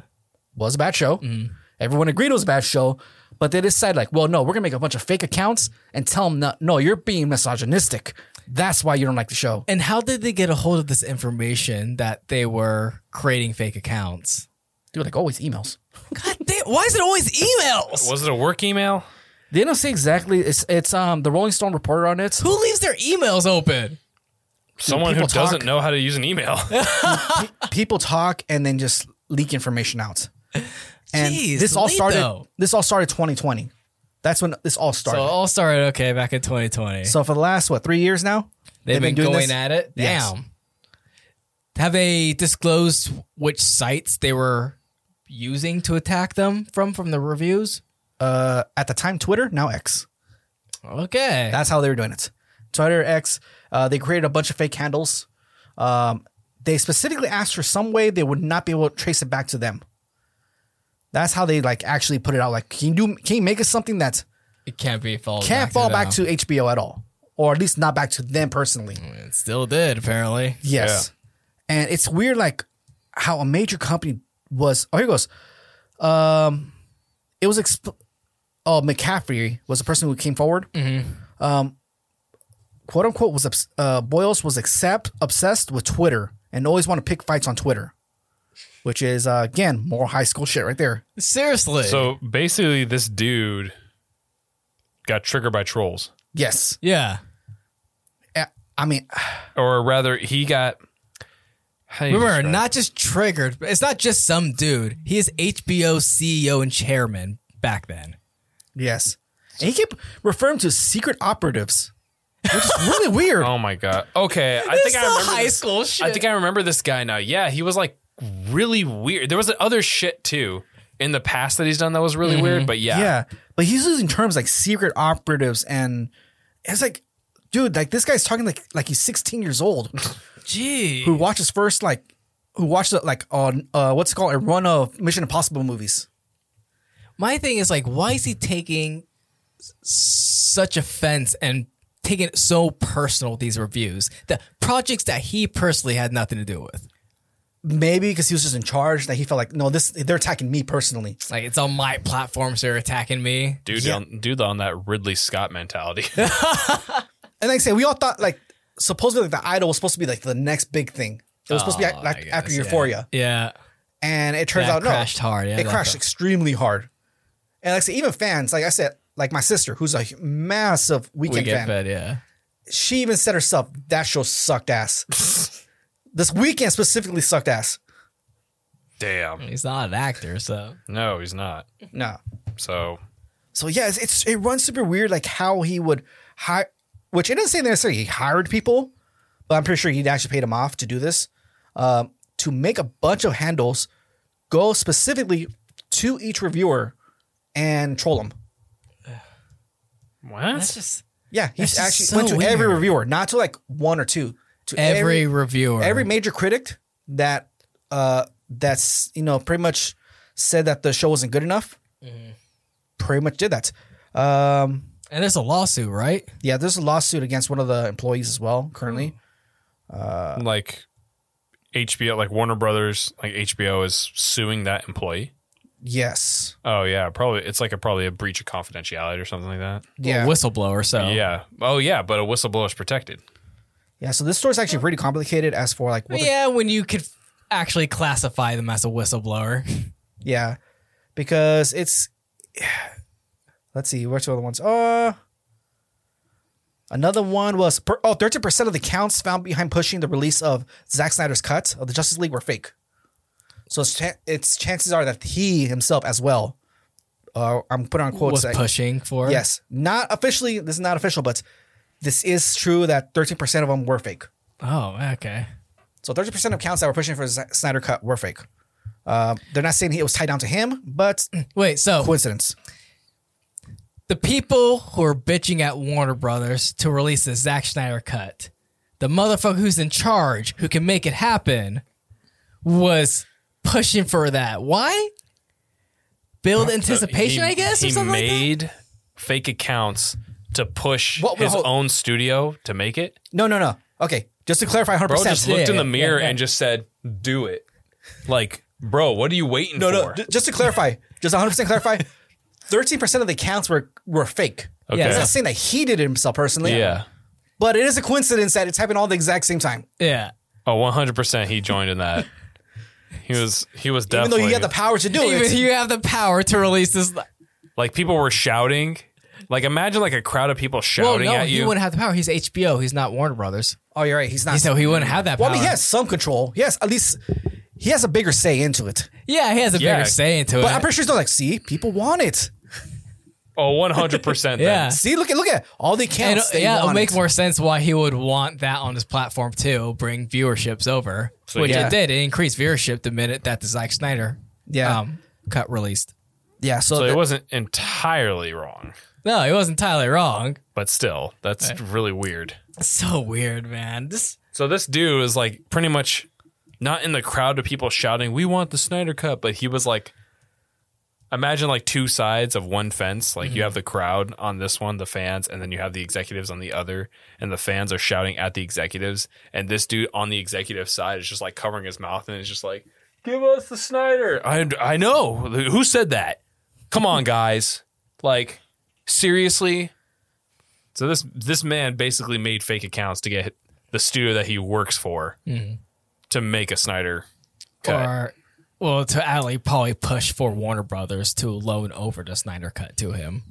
[SPEAKER 4] was a bad show.
[SPEAKER 2] Mm-hmm.
[SPEAKER 4] Everyone agreed it was a bad show. But they decided, like, well, no, we're gonna make a bunch of fake accounts and tell them, no, no you're being misogynistic. That's why you don't like the show.
[SPEAKER 2] and how did they get a hold of this information that they were creating fake accounts?
[SPEAKER 4] Dude, like always emails.
[SPEAKER 2] God damn! Why is it always emails?
[SPEAKER 1] Was it a work email?
[SPEAKER 4] They don't say exactly. It's it's um the Rolling Stone reported on it.
[SPEAKER 2] Who leaves their emails open?
[SPEAKER 1] Someone who
[SPEAKER 4] people talk.
[SPEAKER 1] doesn't know how to use an email.
[SPEAKER 4] People talk and then just leak information out. And
[SPEAKER 2] Jeez,
[SPEAKER 4] this all
[SPEAKER 2] Toledo.
[SPEAKER 4] started. This all started 2020. That's when this all started.
[SPEAKER 2] So it
[SPEAKER 4] So,
[SPEAKER 2] all started okay back in 2020.
[SPEAKER 4] for the last what three years now,
[SPEAKER 2] They've, been,
[SPEAKER 4] doing
[SPEAKER 2] going
[SPEAKER 4] this?
[SPEAKER 2] at it.
[SPEAKER 4] Yes.
[SPEAKER 2] Damn. Have they disclosed which sites they were using to attack them from from the reviews?
[SPEAKER 4] uh, at the time Twitter, now X.
[SPEAKER 2] Okay.
[SPEAKER 4] That's how they were doing it. Twitter X. Uh, they created a bunch of fake handles. Um, they specifically asked for some way they would not be able to trace it back to them. That's how they like actually put it out. Like, can you do? Can you make it something that's
[SPEAKER 2] it can't be fall.
[SPEAKER 4] can't fall back
[SPEAKER 2] them.
[SPEAKER 4] to HBO at all, or at least not back to them personally.
[SPEAKER 2] It still did apparently.
[SPEAKER 4] Yes, and it's weird, like how a major company was. Oh, here it goes. Um, it was. Exp- oh, McCaffrey was the person who came forward. Um, quote unquote was obs- uh, Boyles was accept obsessed with Twitter and always want to pick fights on Twitter, which is uh, again more high school shit right there.
[SPEAKER 2] Seriously.
[SPEAKER 1] so basically, this dude got triggered by trolls.
[SPEAKER 4] Yes,
[SPEAKER 2] yeah.
[SPEAKER 4] Uh, I mean,
[SPEAKER 1] or rather, he got. How do you
[SPEAKER 2] Remember,
[SPEAKER 1] describe-
[SPEAKER 2] not just triggered. But it's not just some dude. He is HBO CEO E and chairman back then.
[SPEAKER 4] yes, and he kept referring to secret operatives, which is really weird.
[SPEAKER 1] Oh my god. Okay, I
[SPEAKER 2] This
[SPEAKER 1] think
[SPEAKER 2] is
[SPEAKER 1] I
[SPEAKER 2] some
[SPEAKER 1] remember.
[SPEAKER 2] high
[SPEAKER 1] this-
[SPEAKER 2] school shit.
[SPEAKER 1] I think I remember this guy now. Yeah, he was like really weird. There was other shit too in the past that he's done that was really weird. But yeah,
[SPEAKER 4] Yeah. But he's using terms like secret operatives and it's like, dude, like this guy's talking like like he's 16 years old
[SPEAKER 2] Gee.
[SPEAKER 4] who watches first like who watched like on uh what's it called a run of Mission Impossible movies.
[SPEAKER 2] My thing is like, why is he taking s- such offense and taking it so personal? These reviews, the projects that he personally had nothing to do with.
[SPEAKER 4] Maybe because he was just in charge that he felt like no, this they're attacking me personally.
[SPEAKER 2] Like it's on my platform, so you're attacking me.
[SPEAKER 1] dude, on, dude, on that Ridley Scott mentality.
[SPEAKER 4] And like I say, we all thought like supposedly like, the idol was supposed to be like the next big thing. It was supposed to be like,
[SPEAKER 2] Oh, I
[SPEAKER 4] like, after
[SPEAKER 2] guess, yeah.
[SPEAKER 4] Euphoria,
[SPEAKER 2] Yeah.
[SPEAKER 4] and it turns
[SPEAKER 2] That
[SPEAKER 4] out no,
[SPEAKER 2] crashed hard. Yeah,
[SPEAKER 4] it
[SPEAKER 2] that
[SPEAKER 4] crashed
[SPEAKER 2] felt-
[SPEAKER 4] extremely hard. And like I say, even fans, like I said, like my sister, who's a massive
[SPEAKER 2] We
[SPEAKER 4] weekend,
[SPEAKER 2] get
[SPEAKER 4] fan,
[SPEAKER 2] fed. Yeah.
[SPEAKER 4] she even said herself, that show sucked ass. this weekend specifically sucked ass.
[SPEAKER 1] Damn.
[SPEAKER 2] He's not an actor, so
[SPEAKER 1] No, he's not.
[SPEAKER 4] No.
[SPEAKER 1] So
[SPEAKER 4] So yeah, it's, it's it runs super weird, like how he would hire, which it doesn't say necessarily he hired people, but I'm pretty sure he actually paid them off to do this, um, to make a bunch of handles, go specifically to each reviewer, and troll them.
[SPEAKER 1] what?
[SPEAKER 2] that's just
[SPEAKER 4] Yeah, he
[SPEAKER 2] That's just
[SPEAKER 4] actually
[SPEAKER 2] so
[SPEAKER 4] went to every
[SPEAKER 2] weird.
[SPEAKER 4] reviewer, not to like one or two, to
[SPEAKER 2] every, reviewer.
[SPEAKER 4] every major critic that uh that's you know pretty much said that the show wasn't good enough pretty much did that um
[SPEAKER 2] and there's a lawsuit, right?
[SPEAKER 4] yeah there's a lawsuit against one of the employees as well currently
[SPEAKER 1] like HBO, like Warner Brothers, like HBO is suing that employee.
[SPEAKER 4] yes
[SPEAKER 1] Oh yeah, probably it's like a probably a breach of confidentiality or something like that.
[SPEAKER 4] yeah
[SPEAKER 2] A whistleblower. So
[SPEAKER 1] Yeah. Oh yeah, but a whistleblower is protected.
[SPEAKER 4] yeah so this story's actually pretty complicated as for like what the-
[SPEAKER 2] yeah, when you could. actually classify them as a whistleblower.
[SPEAKER 4] Yeah, because it's. Let's see, what's the other ones? Uh, another one was per, oh, 13% of the counts found behind pushing the release of Zack Snyder's cut of the Justice League were fake. So it's, chan it's chances are that he himself as well. Uh, I'm putting on quotes.
[SPEAKER 2] was
[SPEAKER 4] that-
[SPEAKER 2] pushing for
[SPEAKER 4] Yes, not officially. This is not official, but this is true that 13% of them were fake.
[SPEAKER 2] Oh, okay.
[SPEAKER 4] So 30% of counts that were pushing for Z- Snyder cut were fake. Uh, they're not saying he- it was tied down to him, but
[SPEAKER 2] Wait, so
[SPEAKER 4] coincidence.
[SPEAKER 2] the people who are bitching at Warner Brothers to release the Zack Snyder cut, the motherfucker who's in charge, who can make it happen, was pushing for that. Why? Build anticipation,
[SPEAKER 1] he,
[SPEAKER 2] I guess, or
[SPEAKER 1] he
[SPEAKER 2] something like that?
[SPEAKER 1] made fake accounts to push
[SPEAKER 4] What-
[SPEAKER 1] his
[SPEAKER 4] hold-
[SPEAKER 1] own studio to make it.
[SPEAKER 4] No, no, no. Okay, just to clarify 100%.
[SPEAKER 1] Bro just looked
[SPEAKER 2] yeah,
[SPEAKER 1] in the
[SPEAKER 2] yeah,
[SPEAKER 1] mirror
[SPEAKER 2] yeah, yeah.
[SPEAKER 1] and just said, "Do it." Like, bro, what are you waiting
[SPEAKER 4] no,
[SPEAKER 1] for?
[SPEAKER 4] no, ju- just to clarify, just 100% clarify, 13% of the counts were, were fake.
[SPEAKER 1] Okay.
[SPEAKER 4] It's not saying that he did it himself personally.
[SPEAKER 1] yeah.
[SPEAKER 4] But it is a coincidence that it's happening all the exact same time.
[SPEAKER 2] Yeah.
[SPEAKER 1] Oh, 100% he joined in that. He was he was
[SPEAKER 4] Even though
[SPEAKER 1] definitely
[SPEAKER 4] you got the power to do
[SPEAKER 2] Even if
[SPEAKER 4] it.
[SPEAKER 2] you have the power to release this.
[SPEAKER 1] like people were shouting. Like imagine like a crowd of people
[SPEAKER 2] Well,
[SPEAKER 1] shouting
[SPEAKER 2] no,
[SPEAKER 1] at
[SPEAKER 2] he
[SPEAKER 1] you.
[SPEAKER 2] wouldn't have the power. He's HBO. He's not Warner Brothers.
[SPEAKER 4] Oh, you're right. He's not.
[SPEAKER 2] So he wouldn't have that power.
[SPEAKER 4] well, I mean, he has some control. Yes, at least he has a bigger say into it.
[SPEAKER 2] Yeah, he has a
[SPEAKER 1] Yeah.
[SPEAKER 2] bigger say into it.
[SPEAKER 4] But I'm pretty sure he's not like, see, people want it.
[SPEAKER 1] oh, 100% then.
[SPEAKER 2] Yeah.
[SPEAKER 4] See, look at look at all the
[SPEAKER 2] And,
[SPEAKER 4] counts.
[SPEAKER 2] uh,
[SPEAKER 4] they
[SPEAKER 2] yeah, it'll
[SPEAKER 4] want
[SPEAKER 2] make
[SPEAKER 4] it.
[SPEAKER 2] more sense why he would want that on his platform too, bring viewerships over,
[SPEAKER 1] So,
[SPEAKER 2] which
[SPEAKER 1] yeah.
[SPEAKER 2] it did. It increased viewership the minute that the Zack Snyder
[SPEAKER 4] Yeah.
[SPEAKER 2] um, cut released.
[SPEAKER 4] Yeah, so,
[SPEAKER 1] So
[SPEAKER 4] the-
[SPEAKER 1] it wasn't entirely wrong,
[SPEAKER 2] No, it wasn't entirely wrong.
[SPEAKER 1] but still, that's really weird.
[SPEAKER 2] It's so weird, man. This
[SPEAKER 1] So this dude is like pretty much not in the crowd of people shouting, "We want the Snyder Cut," but he was like, imagine like two sides of one fence. Like
[SPEAKER 4] Mm-hmm.
[SPEAKER 1] you have the crowd on this one, the fans, and then you have the executives on the other, and the fans are shouting at the executives, and this dude on the executive side is just like covering his mouth and is just like, "Give us the Snyder." I I know who said that. Come on, guys. Like seriously. So this this man basically made fake accounts to get the studio that he works for
[SPEAKER 4] Mm-hmm.
[SPEAKER 1] to make a Snyder cut.
[SPEAKER 2] or well, to Ali probably push for Warner Brothers to loan over the Snyder cut to him.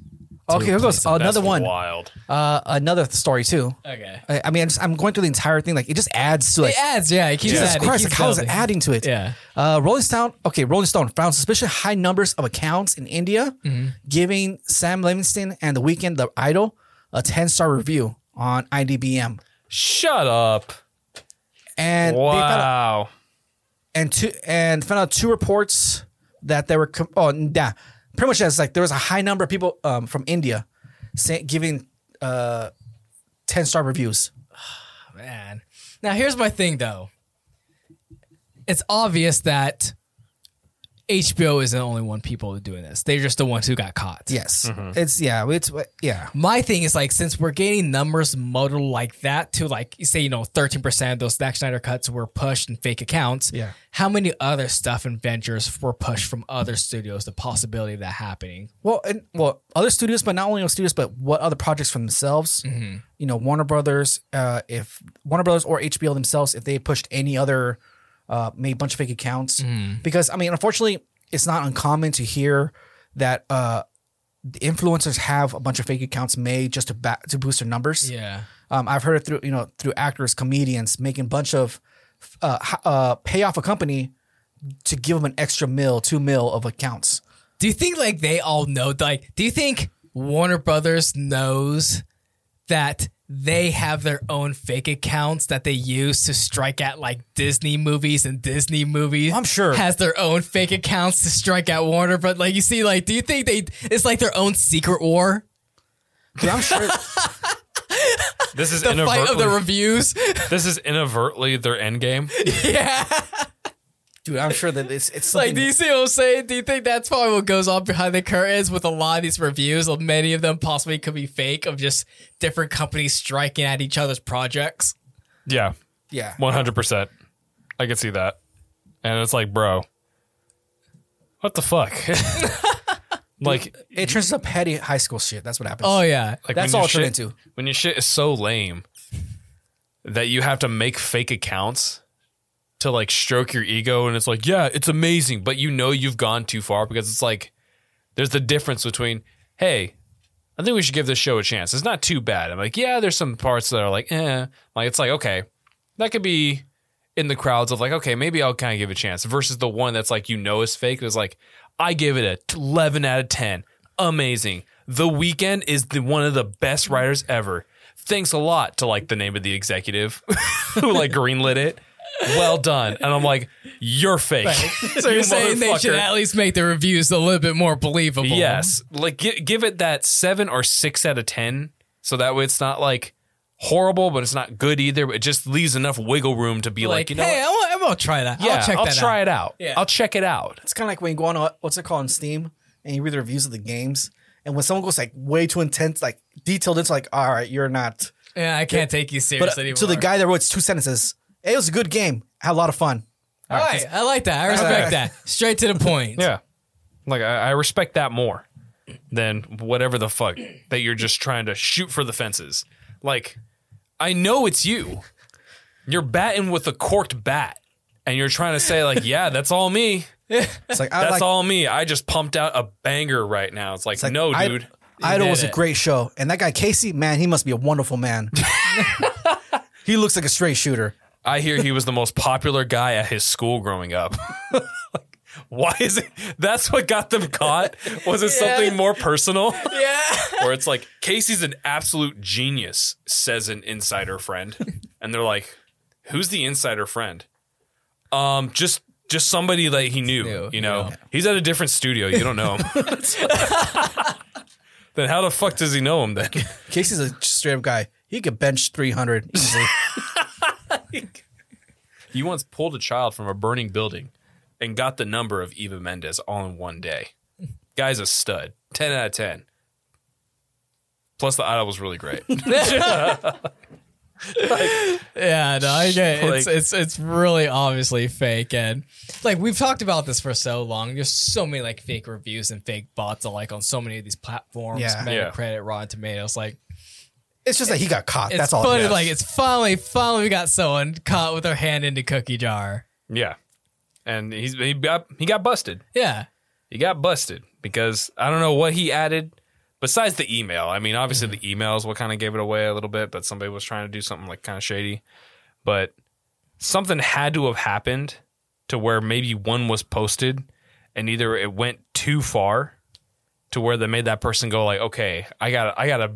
[SPEAKER 4] okay, here goes
[SPEAKER 1] That's
[SPEAKER 4] another one.
[SPEAKER 1] Wild.
[SPEAKER 4] Uh, another th- story too.
[SPEAKER 2] Okay.
[SPEAKER 4] I, I mean, I'm, just, I'm going through the entire thing. Like, it just adds to like
[SPEAKER 2] It adds, yeah. It keeps
[SPEAKER 4] Jesus
[SPEAKER 2] adding,
[SPEAKER 4] Christ,
[SPEAKER 2] it
[SPEAKER 4] like
[SPEAKER 2] keeps
[SPEAKER 4] how is it
[SPEAKER 2] building.
[SPEAKER 4] adding to it?
[SPEAKER 2] Yeah.
[SPEAKER 4] Uh, Rolling Stone, okay, Rolling Stone found suspicious high numbers of accounts in India,
[SPEAKER 2] Mm-hmm.
[SPEAKER 4] giving Sam Levinson and The Weeknd, The Idol, a 10 star review on IDBM.
[SPEAKER 1] Shut up.
[SPEAKER 4] And they found out,
[SPEAKER 1] Wow.
[SPEAKER 4] and two and found out two reports that there were com- oh yeah, pretty much as like there was a high number of people um, from India say, giving uh, 10 star reviews.
[SPEAKER 2] man. Now here's my thing though. It's obvious that HBO isn't the only one people doing this. They're just the ones who got caught.
[SPEAKER 4] Yes,
[SPEAKER 2] Mm-hmm.
[SPEAKER 4] it's yeah, it's yeah.
[SPEAKER 2] My thing is like since we're getting numbers muddled like that to like you say you know 13% of those Zack Snyder cuts were pushed in fake accounts.
[SPEAKER 4] Yeah.
[SPEAKER 2] How many other stuff and ventures were pushed from other studios? The possibility of that happening.
[SPEAKER 4] Well, and well, other studios, but not only those studios, but what other projects for themselves? You know, Warner Brothers, uh, if Warner Brothers or HBO themselves, if they pushed any other, uh, made a bunch of fake accounts, because I mean, unfortunately, it's not uncommon to hear that uh, the influencers have a bunch of fake accounts made just to ba- to boost their numbers.
[SPEAKER 2] Yeah.
[SPEAKER 4] Um, I've heard it through you know through actors, comedians making a bunch of uh, h- uh, pay off a company to give them an extra mil, two mil of accounts.
[SPEAKER 2] Do you think like they all know? Like, do you think Warner Brothers knows that they have their own fake accounts that they use to strike at like Disney movies and Disney movies?
[SPEAKER 4] I'm sure.
[SPEAKER 2] has their own fake accounts to strike at Warner. But like, you see, like, do you think they? It's like their own secret war,
[SPEAKER 4] Dude, I'm sure.
[SPEAKER 1] This is
[SPEAKER 2] the fight of the
[SPEAKER 1] inadvertently.
[SPEAKER 2] reviews.
[SPEAKER 1] this is inadvertently their end game.
[SPEAKER 2] yeah,
[SPEAKER 4] Dude, I'm sure that it's it's something.
[SPEAKER 2] like, do you see what I'm saying? Do you think that's probably what goes on behind the curtains with a lot of these reviews? Many of them possibly could be fake of just different companies striking at each other's projects.
[SPEAKER 1] Yeah.
[SPEAKER 4] yeah,
[SPEAKER 1] One hundred percent. I could see that. And it's like, bro. What the fuck? like
[SPEAKER 4] it turns into petty high school shit. That's what happens.
[SPEAKER 2] Oh yeah,
[SPEAKER 1] Like
[SPEAKER 4] That's
[SPEAKER 1] when
[SPEAKER 4] all
[SPEAKER 1] your
[SPEAKER 4] it turned
[SPEAKER 1] shit-
[SPEAKER 4] into.
[SPEAKER 1] When your shit is so lame that you have to make fake accounts to like stroke your ego and it's like, yeah, it's amazing, but you know you've gone too far because it's like there's the difference between, hey, I think we should give this show a chance. It's not too bad. I'm like, yeah, there's some parts that are like, eh. Like it's like, okay, that could be in the crowds of like, okay, maybe I'll kind of give it a chance versus the one that's like you know is fake. It's like, I give it a 11 out of 10. Amazing. The Weekend is the one of the best writers ever. Thanks a lot to like the name of the executive who like greenlit it. Well done. And I'm like, you're fake.
[SPEAKER 2] So you're saying they should
[SPEAKER 1] motherfucker.
[SPEAKER 2] at least make the reviews a little bit more believable.
[SPEAKER 1] Yes. Like gi- give it that 7 or 6 out of 10 so that way it's not like horrible but it's not good either but it just leaves enough wiggle room to be like,
[SPEAKER 2] Like,
[SPEAKER 1] you know
[SPEAKER 2] hey,
[SPEAKER 1] what?
[SPEAKER 2] I want, I want to try that.
[SPEAKER 1] yeah,
[SPEAKER 2] I'll check that
[SPEAKER 1] try
[SPEAKER 2] out.
[SPEAKER 1] it out.
[SPEAKER 2] Yeah.
[SPEAKER 1] I'll check it out.
[SPEAKER 4] It's kind of like when you go on uh, what's it called on Steam and you read the reviews of the games, and when someone goes like way too intense, like detailed, it's like all right, you're not.
[SPEAKER 2] Yeah, I can't take you
[SPEAKER 4] But uh,
[SPEAKER 2] serious anymore.
[SPEAKER 4] to the guy that wrote two sentences, it was a good game. I had a lot of fun.
[SPEAKER 2] All right, I like that. I
[SPEAKER 4] right.
[SPEAKER 2] respect that. Straight to the point.
[SPEAKER 1] Yeah. Like I, I respect that more than whatever the fuck that you're just trying to shoot for the fences. Like I know it's you. You're batting with a corked bat and you're trying to say like, yeah, that's all me.
[SPEAKER 4] It's like I
[SPEAKER 1] That's
[SPEAKER 4] like,
[SPEAKER 1] all me. I just pumped out a banger right now. It's like,
[SPEAKER 4] like,
[SPEAKER 1] no,
[SPEAKER 4] I-
[SPEAKER 1] dude.
[SPEAKER 4] Idol
[SPEAKER 2] did
[SPEAKER 4] was a
[SPEAKER 2] it.
[SPEAKER 4] great show, and that guy Casey, man, he must be a wonderful man. he looks like a straight shooter.
[SPEAKER 1] I hear he was the most popular guy at his school growing up. Like, Why is it? That's what got them caught. Was it something more personal?
[SPEAKER 2] Yeah.
[SPEAKER 1] where it's like Casey's an absolute genius, says an insider friend, and they're like, "Who's the insider friend?" Um, just just somebody that he knew.
[SPEAKER 2] knew,
[SPEAKER 1] you know, he's at a different studio. You don't know him. then how the fuck does he know him? Then
[SPEAKER 4] Casey's a straight up guy. He could bench three hundred easily.
[SPEAKER 1] he once pulled a child from a burning building and got the number of Eva Mendes all in one day. Guy's a stud. Ten out of ten. Plus, the idol was really great.
[SPEAKER 2] Yeah, no, I get it. it's
[SPEAKER 1] Like-
[SPEAKER 2] it's it's really obviously fake, and like we've talked about this for so long. There's so many like fake reviews and fake bots alike on so many of these platforms,
[SPEAKER 4] Yeah.
[SPEAKER 1] Yeah.
[SPEAKER 2] Metacritic, Rotten Tomatoes. Like
[SPEAKER 4] It's just that he got caught.
[SPEAKER 2] it's
[SPEAKER 4] That's all.
[SPEAKER 2] funny,
[SPEAKER 4] it is.
[SPEAKER 2] like it's finally finally we got someone caught with their hand in the cookie jar.
[SPEAKER 1] yeah, and he's he got he got busted.
[SPEAKER 2] Yeah,
[SPEAKER 1] he got busted because I don't know what he added besides the email. I mean, obviously the email is what kind of gave it away a little bit, but somebody was trying to do something like kind of shady. But something had to have happened to where maybe one was posted and either it went too far to where they made that person go like, okay, I gotta, I gotta,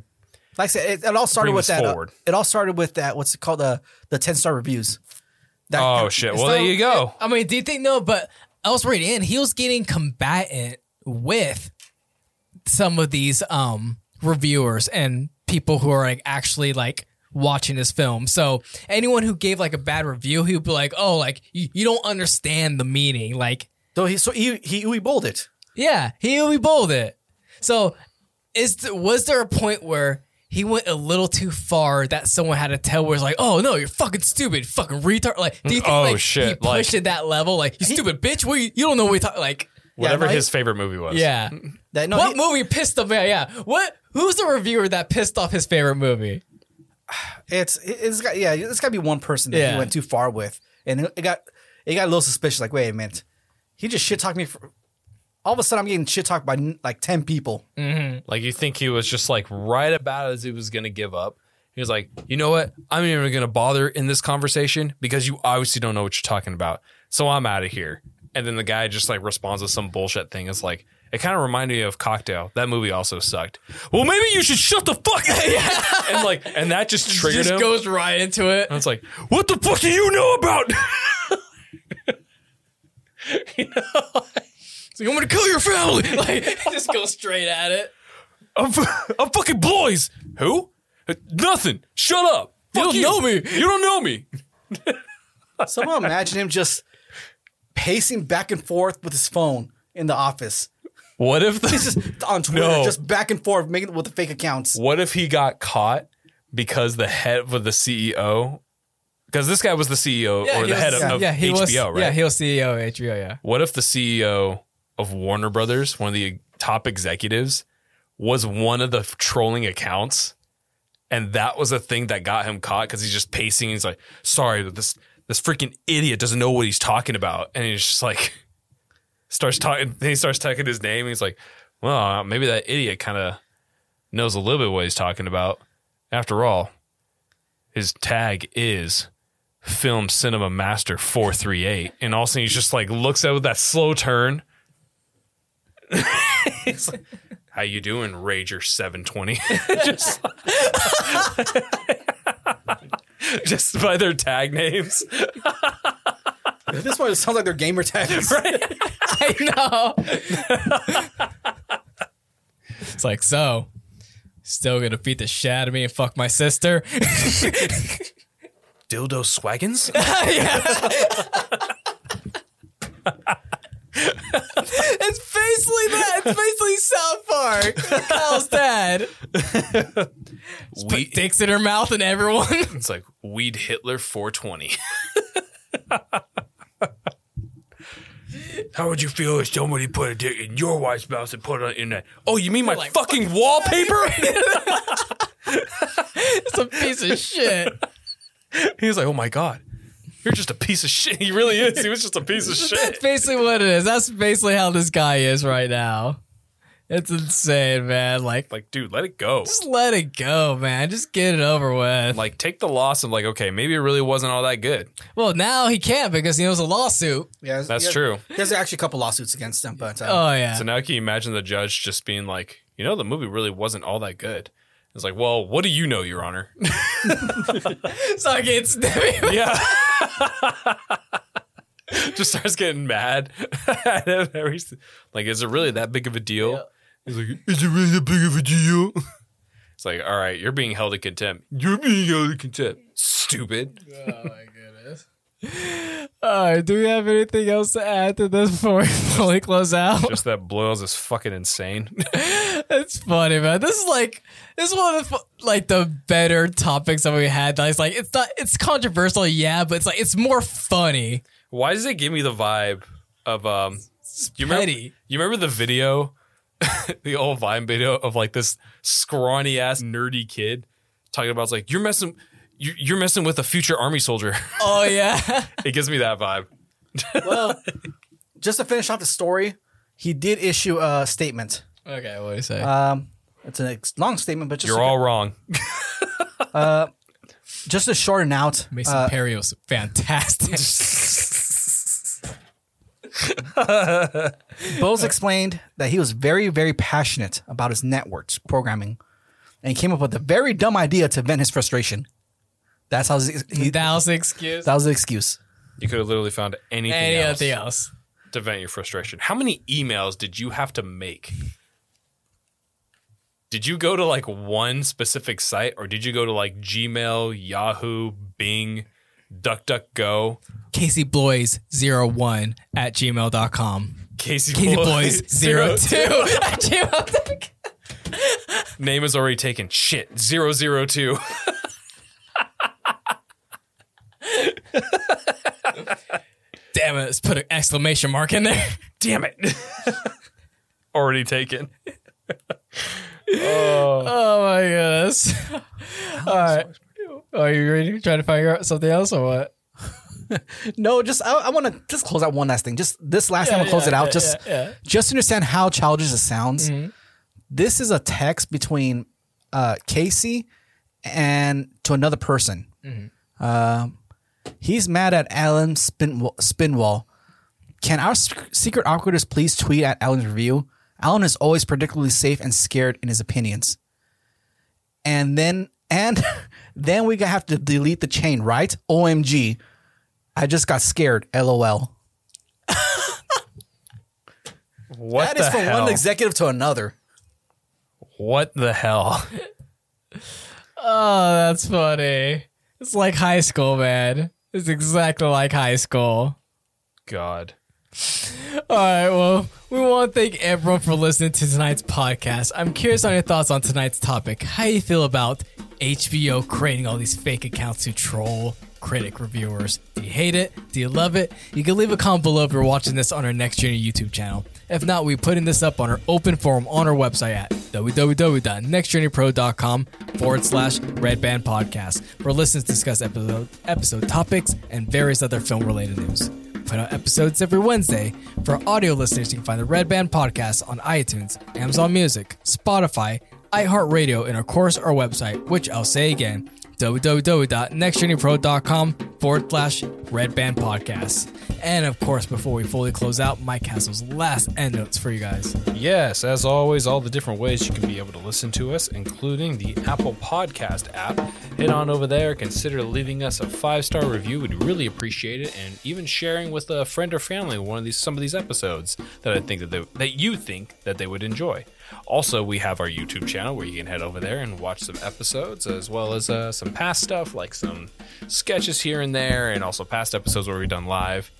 [SPEAKER 4] Like I said, it, it all started
[SPEAKER 1] Bring
[SPEAKER 4] with
[SPEAKER 1] this
[SPEAKER 4] that. uh,
[SPEAKER 1] forward.
[SPEAKER 4] it all started with that. What's it called? The the ten star reviews. That,
[SPEAKER 1] oh shit.
[SPEAKER 4] it's
[SPEAKER 1] Well,
[SPEAKER 4] not-
[SPEAKER 1] there you go.
[SPEAKER 2] I mean, do you think no? But I was reading in he was getting combatant with some of these um reviewers and people who are like actually like watching this film. So anyone who gave like a bad review, he would be like, "Oh, like you, you don't understand the meaning." Like,
[SPEAKER 4] Though he so he he we bowled it.
[SPEAKER 2] yeah, he we bold it. So is th- was there a point where? He went a little too far that someone had to tell where it's like, oh no, you're fucking stupid, fucking retard. Like, do you think
[SPEAKER 1] Oh,
[SPEAKER 2] like, he
[SPEAKER 1] shit,
[SPEAKER 2] pushed
[SPEAKER 1] like-
[SPEAKER 2] it that level? Like, you stupid bitch, what you, you don't know what you're talking like.
[SPEAKER 1] Whatever
[SPEAKER 4] no,
[SPEAKER 1] his favorite movie was.
[SPEAKER 2] Yeah.
[SPEAKER 4] That no,
[SPEAKER 2] what
[SPEAKER 4] he-
[SPEAKER 2] movie pissed off? Yeah, yeah. What? Who's the reviewer that pissed off his favorite movie?
[SPEAKER 4] it's it's got yeah. It's got to be one person that he
[SPEAKER 2] Yeah.
[SPEAKER 4] went too far with, and it got it got a little suspicious. Like wait a minute, he just shit talked me for. All of a sudden, I'm getting shit talked by like ten people.
[SPEAKER 1] Like you think he was just like right about as he was gonna give up. He was like, you know what? I'm not even gonna bother in this conversation because you obviously don't know what you're talking about. So I'm out of here. And then the guy just like responds with some bullshit thing. It's like it kind of reminded me of Cocktail. That movie also sucked. Well, maybe you should shut the fuck up. and like, and that just triggered
[SPEAKER 2] Just
[SPEAKER 1] him.
[SPEAKER 2] goes right into it.
[SPEAKER 1] and it's like, what the fuck do you know about?
[SPEAKER 2] It's like, I'm gonna kill your family. Like, just goes straight at it.
[SPEAKER 1] I'm, I'm fucking boys. Who? Nothing. Shut up.
[SPEAKER 2] You
[SPEAKER 1] Fuck
[SPEAKER 2] don't know me.
[SPEAKER 1] You don't know me.
[SPEAKER 4] Somehow, imagine him just pacing back and forth with his phone in the office.
[SPEAKER 1] What if this
[SPEAKER 4] He's just on Twitter,
[SPEAKER 1] No.
[SPEAKER 4] just back and forth, making with the fake accounts.
[SPEAKER 1] What if he got caught because the head of the CEO? Because this guy was the CEO or
[SPEAKER 2] he
[SPEAKER 1] the E
[SPEAKER 2] was-
[SPEAKER 1] head of,
[SPEAKER 2] yeah,
[SPEAKER 1] of
[SPEAKER 2] yeah, he
[SPEAKER 1] HBO,
[SPEAKER 2] was,
[SPEAKER 1] right?
[SPEAKER 2] Yeah, he was CEO of HBO. Yeah.
[SPEAKER 1] what if the CEO of Warner Brothers, one of the top executives, was one of the trolling accounts, and that was a thing that got him caught because he's just pacing. And he's like, "Sorry, but this this freaking idiot doesn't know what he's talking about, and he's just like starts talking. He starts talking his name, and he's like, "Well, maybe that idiot kind of knows a little bit what he's talking about. After all, his tag is." Film Cinema Master 438. And all of a sudden, he just like looks at with that slow turn. It's like, How you doing, Rager 720? just, just by their tag names.
[SPEAKER 4] At this point, it sounds like they're gamer tags.
[SPEAKER 2] I know. it's like, so, still gonna beat the shit out of me and fuck my sister.
[SPEAKER 1] Dildo Swaggins?
[SPEAKER 2] it's basically that. It's basically South Park. Kyle's dad.
[SPEAKER 1] We-
[SPEAKER 2] Put dicks in her mouth and everyone.
[SPEAKER 1] It's like Weed Hitler 420. How would you feel if somebody put a dick in your wife's mouth and put it in that? Oh, you mean my
[SPEAKER 2] like,
[SPEAKER 1] fucking wallpaper?
[SPEAKER 2] it's a piece of shit.
[SPEAKER 1] he was like, oh my God. You're just a piece of shit. He really is. He was just a piece of
[SPEAKER 2] That's
[SPEAKER 1] shit.
[SPEAKER 2] basically what it is. That's basically how this guy is right now. It's insane, man. Like,
[SPEAKER 1] Like, dude, let it go.
[SPEAKER 2] just let it go, man. Just get it over with.
[SPEAKER 1] Like, take the loss of, like, okay, maybe it really wasn't all that good.
[SPEAKER 2] Well, now he can't because he knows a lawsuit.
[SPEAKER 4] Yeah,
[SPEAKER 1] That's
[SPEAKER 4] yeah,
[SPEAKER 1] true.
[SPEAKER 4] There's actually a couple lawsuits against them, but uh,
[SPEAKER 2] Oh yeah.
[SPEAKER 1] So now can you imagine the judge just being like, you know, the movie really wasn't all that good. It's like, well, what do you know, Your Honor?
[SPEAKER 2] So I get snippy.
[SPEAKER 1] Yeah. Just starts getting mad at him every s- like, is it really that big of a deal? He's like, is it really that big of a deal? It's like, all right, you're being held in contempt. You're being held in contempt. Stupid.
[SPEAKER 2] Oh my goodness. All right. Do we have anything else to add to this before we fully close out?
[SPEAKER 1] Just that Bloyles is fucking insane.
[SPEAKER 2] It's funny, man. This is like this is one of the fu- like the better topics that we had. That it's like it's not it's controversial, yeah, but it's like it's more funny.
[SPEAKER 1] Why does it give me the vibe of um you remember,
[SPEAKER 2] petty.
[SPEAKER 1] you remember the video the old Vine video of like this scrawny ass nerdy kid talking about it's like you're messing you- you're messing with a future army soldier.
[SPEAKER 2] Oh yeah.
[SPEAKER 1] it gives me that vibe.
[SPEAKER 4] well, just to finish off the story, he did issue a statement.
[SPEAKER 2] okay, what do you say?
[SPEAKER 4] Um, it's a ex- long statement, but just
[SPEAKER 1] You're all wrong.
[SPEAKER 4] just to shorten out.
[SPEAKER 2] Mason
[SPEAKER 4] Uh,
[SPEAKER 2] Perry was fantastic.
[SPEAKER 4] Bose explained that he was very, very passionate about his networks programming, and he came up with a very dumb idea to vent his frustration. That's how his- he, that,
[SPEAKER 2] that was an excuse.
[SPEAKER 4] was the excuse.
[SPEAKER 1] You could have literally found anything, else,
[SPEAKER 2] Anything else?
[SPEAKER 1] to vent your frustration. How many emails did you have to make? Did you go to like one specific site or did you go to like Gmail, Yahoo, Bing, DuckDuckGo,
[SPEAKER 2] Casey Bloys 01 at gmail.com.
[SPEAKER 1] Casey,
[SPEAKER 2] Casey
[SPEAKER 1] Boys,
[SPEAKER 2] Bloys 02 at gmail.com.
[SPEAKER 1] Name is already taken. Shit, 002.
[SPEAKER 2] Damn it, let's put an exclamation mark in there.
[SPEAKER 1] Damn it. already taken.
[SPEAKER 2] Oh my goodness. All right. Are you ready? Trying to figure out something else or what?
[SPEAKER 4] No, just I, I want to just close out one last thing. Just this last time,
[SPEAKER 2] Yeah,
[SPEAKER 4] we'll close
[SPEAKER 2] yeah,
[SPEAKER 4] it out.
[SPEAKER 2] yeah, yeah,
[SPEAKER 4] just
[SPEAKER 2] Mm-hmm. yeah.
[SPEAKER 4] just to understand how childish it sounds. This is a text between uh, Casey and to another person.
[SPEAKER 2] Mm-hmm.
[SPEAKER 4] Um, he's mad at Alan Spinwall. Spinwall. Can our sec- secret operators please tweet at Alan's review? Alan is always particularly safe and scared in his opinions. And then and then we have to delete the chain, right? OMG. I just got scared. LOL.
[SPEAKER 1] What
[SPEAKER 4] That
[SPEAKER 1] the
[SPEAKER 4] is from
[SPEAKER 1] hell?
[SPEAKER 4] one executive to another.
[SPEAKER 1] what the hell?
[SPEAKER 2] Oh, that's funny. It's like high school, man. It's exactly like high school.
[SPEAKER 1] God.
[SPEAKER 2] All right, well, we want to thank everyone for listening to tonight's podcast. I'm curious on your thoughts on tonight's topic. How you feel about HBO creating all these fake accounts to troll critic reviewers? Do you hate it? Do you love it? You can leave a comment below if you're watching this on our Next Junior YouTube channel. If not, we're putting this up on our open forum on our website at www.nextjourneypro.com forward slash Red Band Podcast, where listeners discuss episode, episode topics and various other film related news. We put out episodes every Wednesday. For audio listeners, you can find the Red Band Podcast on iTunes, Amazon Music, Spotify, iHeartRadio, and of course our website, which I'll say again www.nextjourneypro.com forward slash red band podcast. And of course, before we fully close out, Mike has those last end notes for you guys.
[SPEAKER 1] Yes, as always, all the different ways you can be able to listen to us, including the Apple Podcast app. Head on over there, consider leaving us a five star review. We'd really appreciate it, and even sharing with a friend or family one of these some of these episodes that I think that they, that you think that they would enjoy. Also, we have our YouTube channel where you can head over there and watch some episodes, as well as uh, some past stuff like some sketches here and there, and also past episodes where we've done live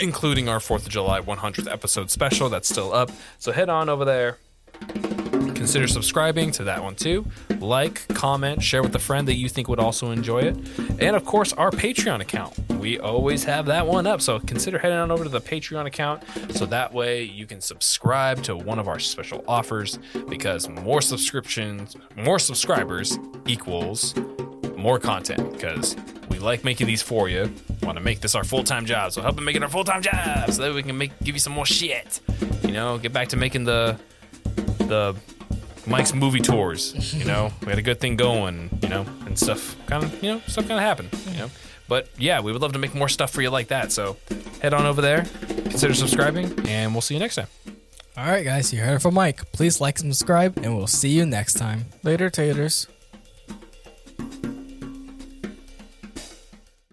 [SPEAKER 1] including our 4th of July 100th episode special that's still up. So head on over there. Consider subscribing to that one too. Like, comment, share with a friend that you think would also enjoy it. And of course, our Patreon account. We always have that one up. So consider heading on over to the Patreon account so that way you can subscribe to one of our special offers because more subscriptions, more subscribers equals more content because we like making these for you. Want to make this our full time job, so help me make it our full time job so that we can make give you some more shit. You know, get back to making the the Mike's movie tours. You know, we had a good thing going. You know, and stuff kind of you know stuff kind of happened. You know, but yeah, we would love to make more stuff for you like that. So head on over there, consider subscribing, and we'll see you next time.
[SPEAKER 2] All right, guys, you heard it from Mike. Please like and subscribe, and we'll see you next time.
[SPEAKER 4] Later, taters.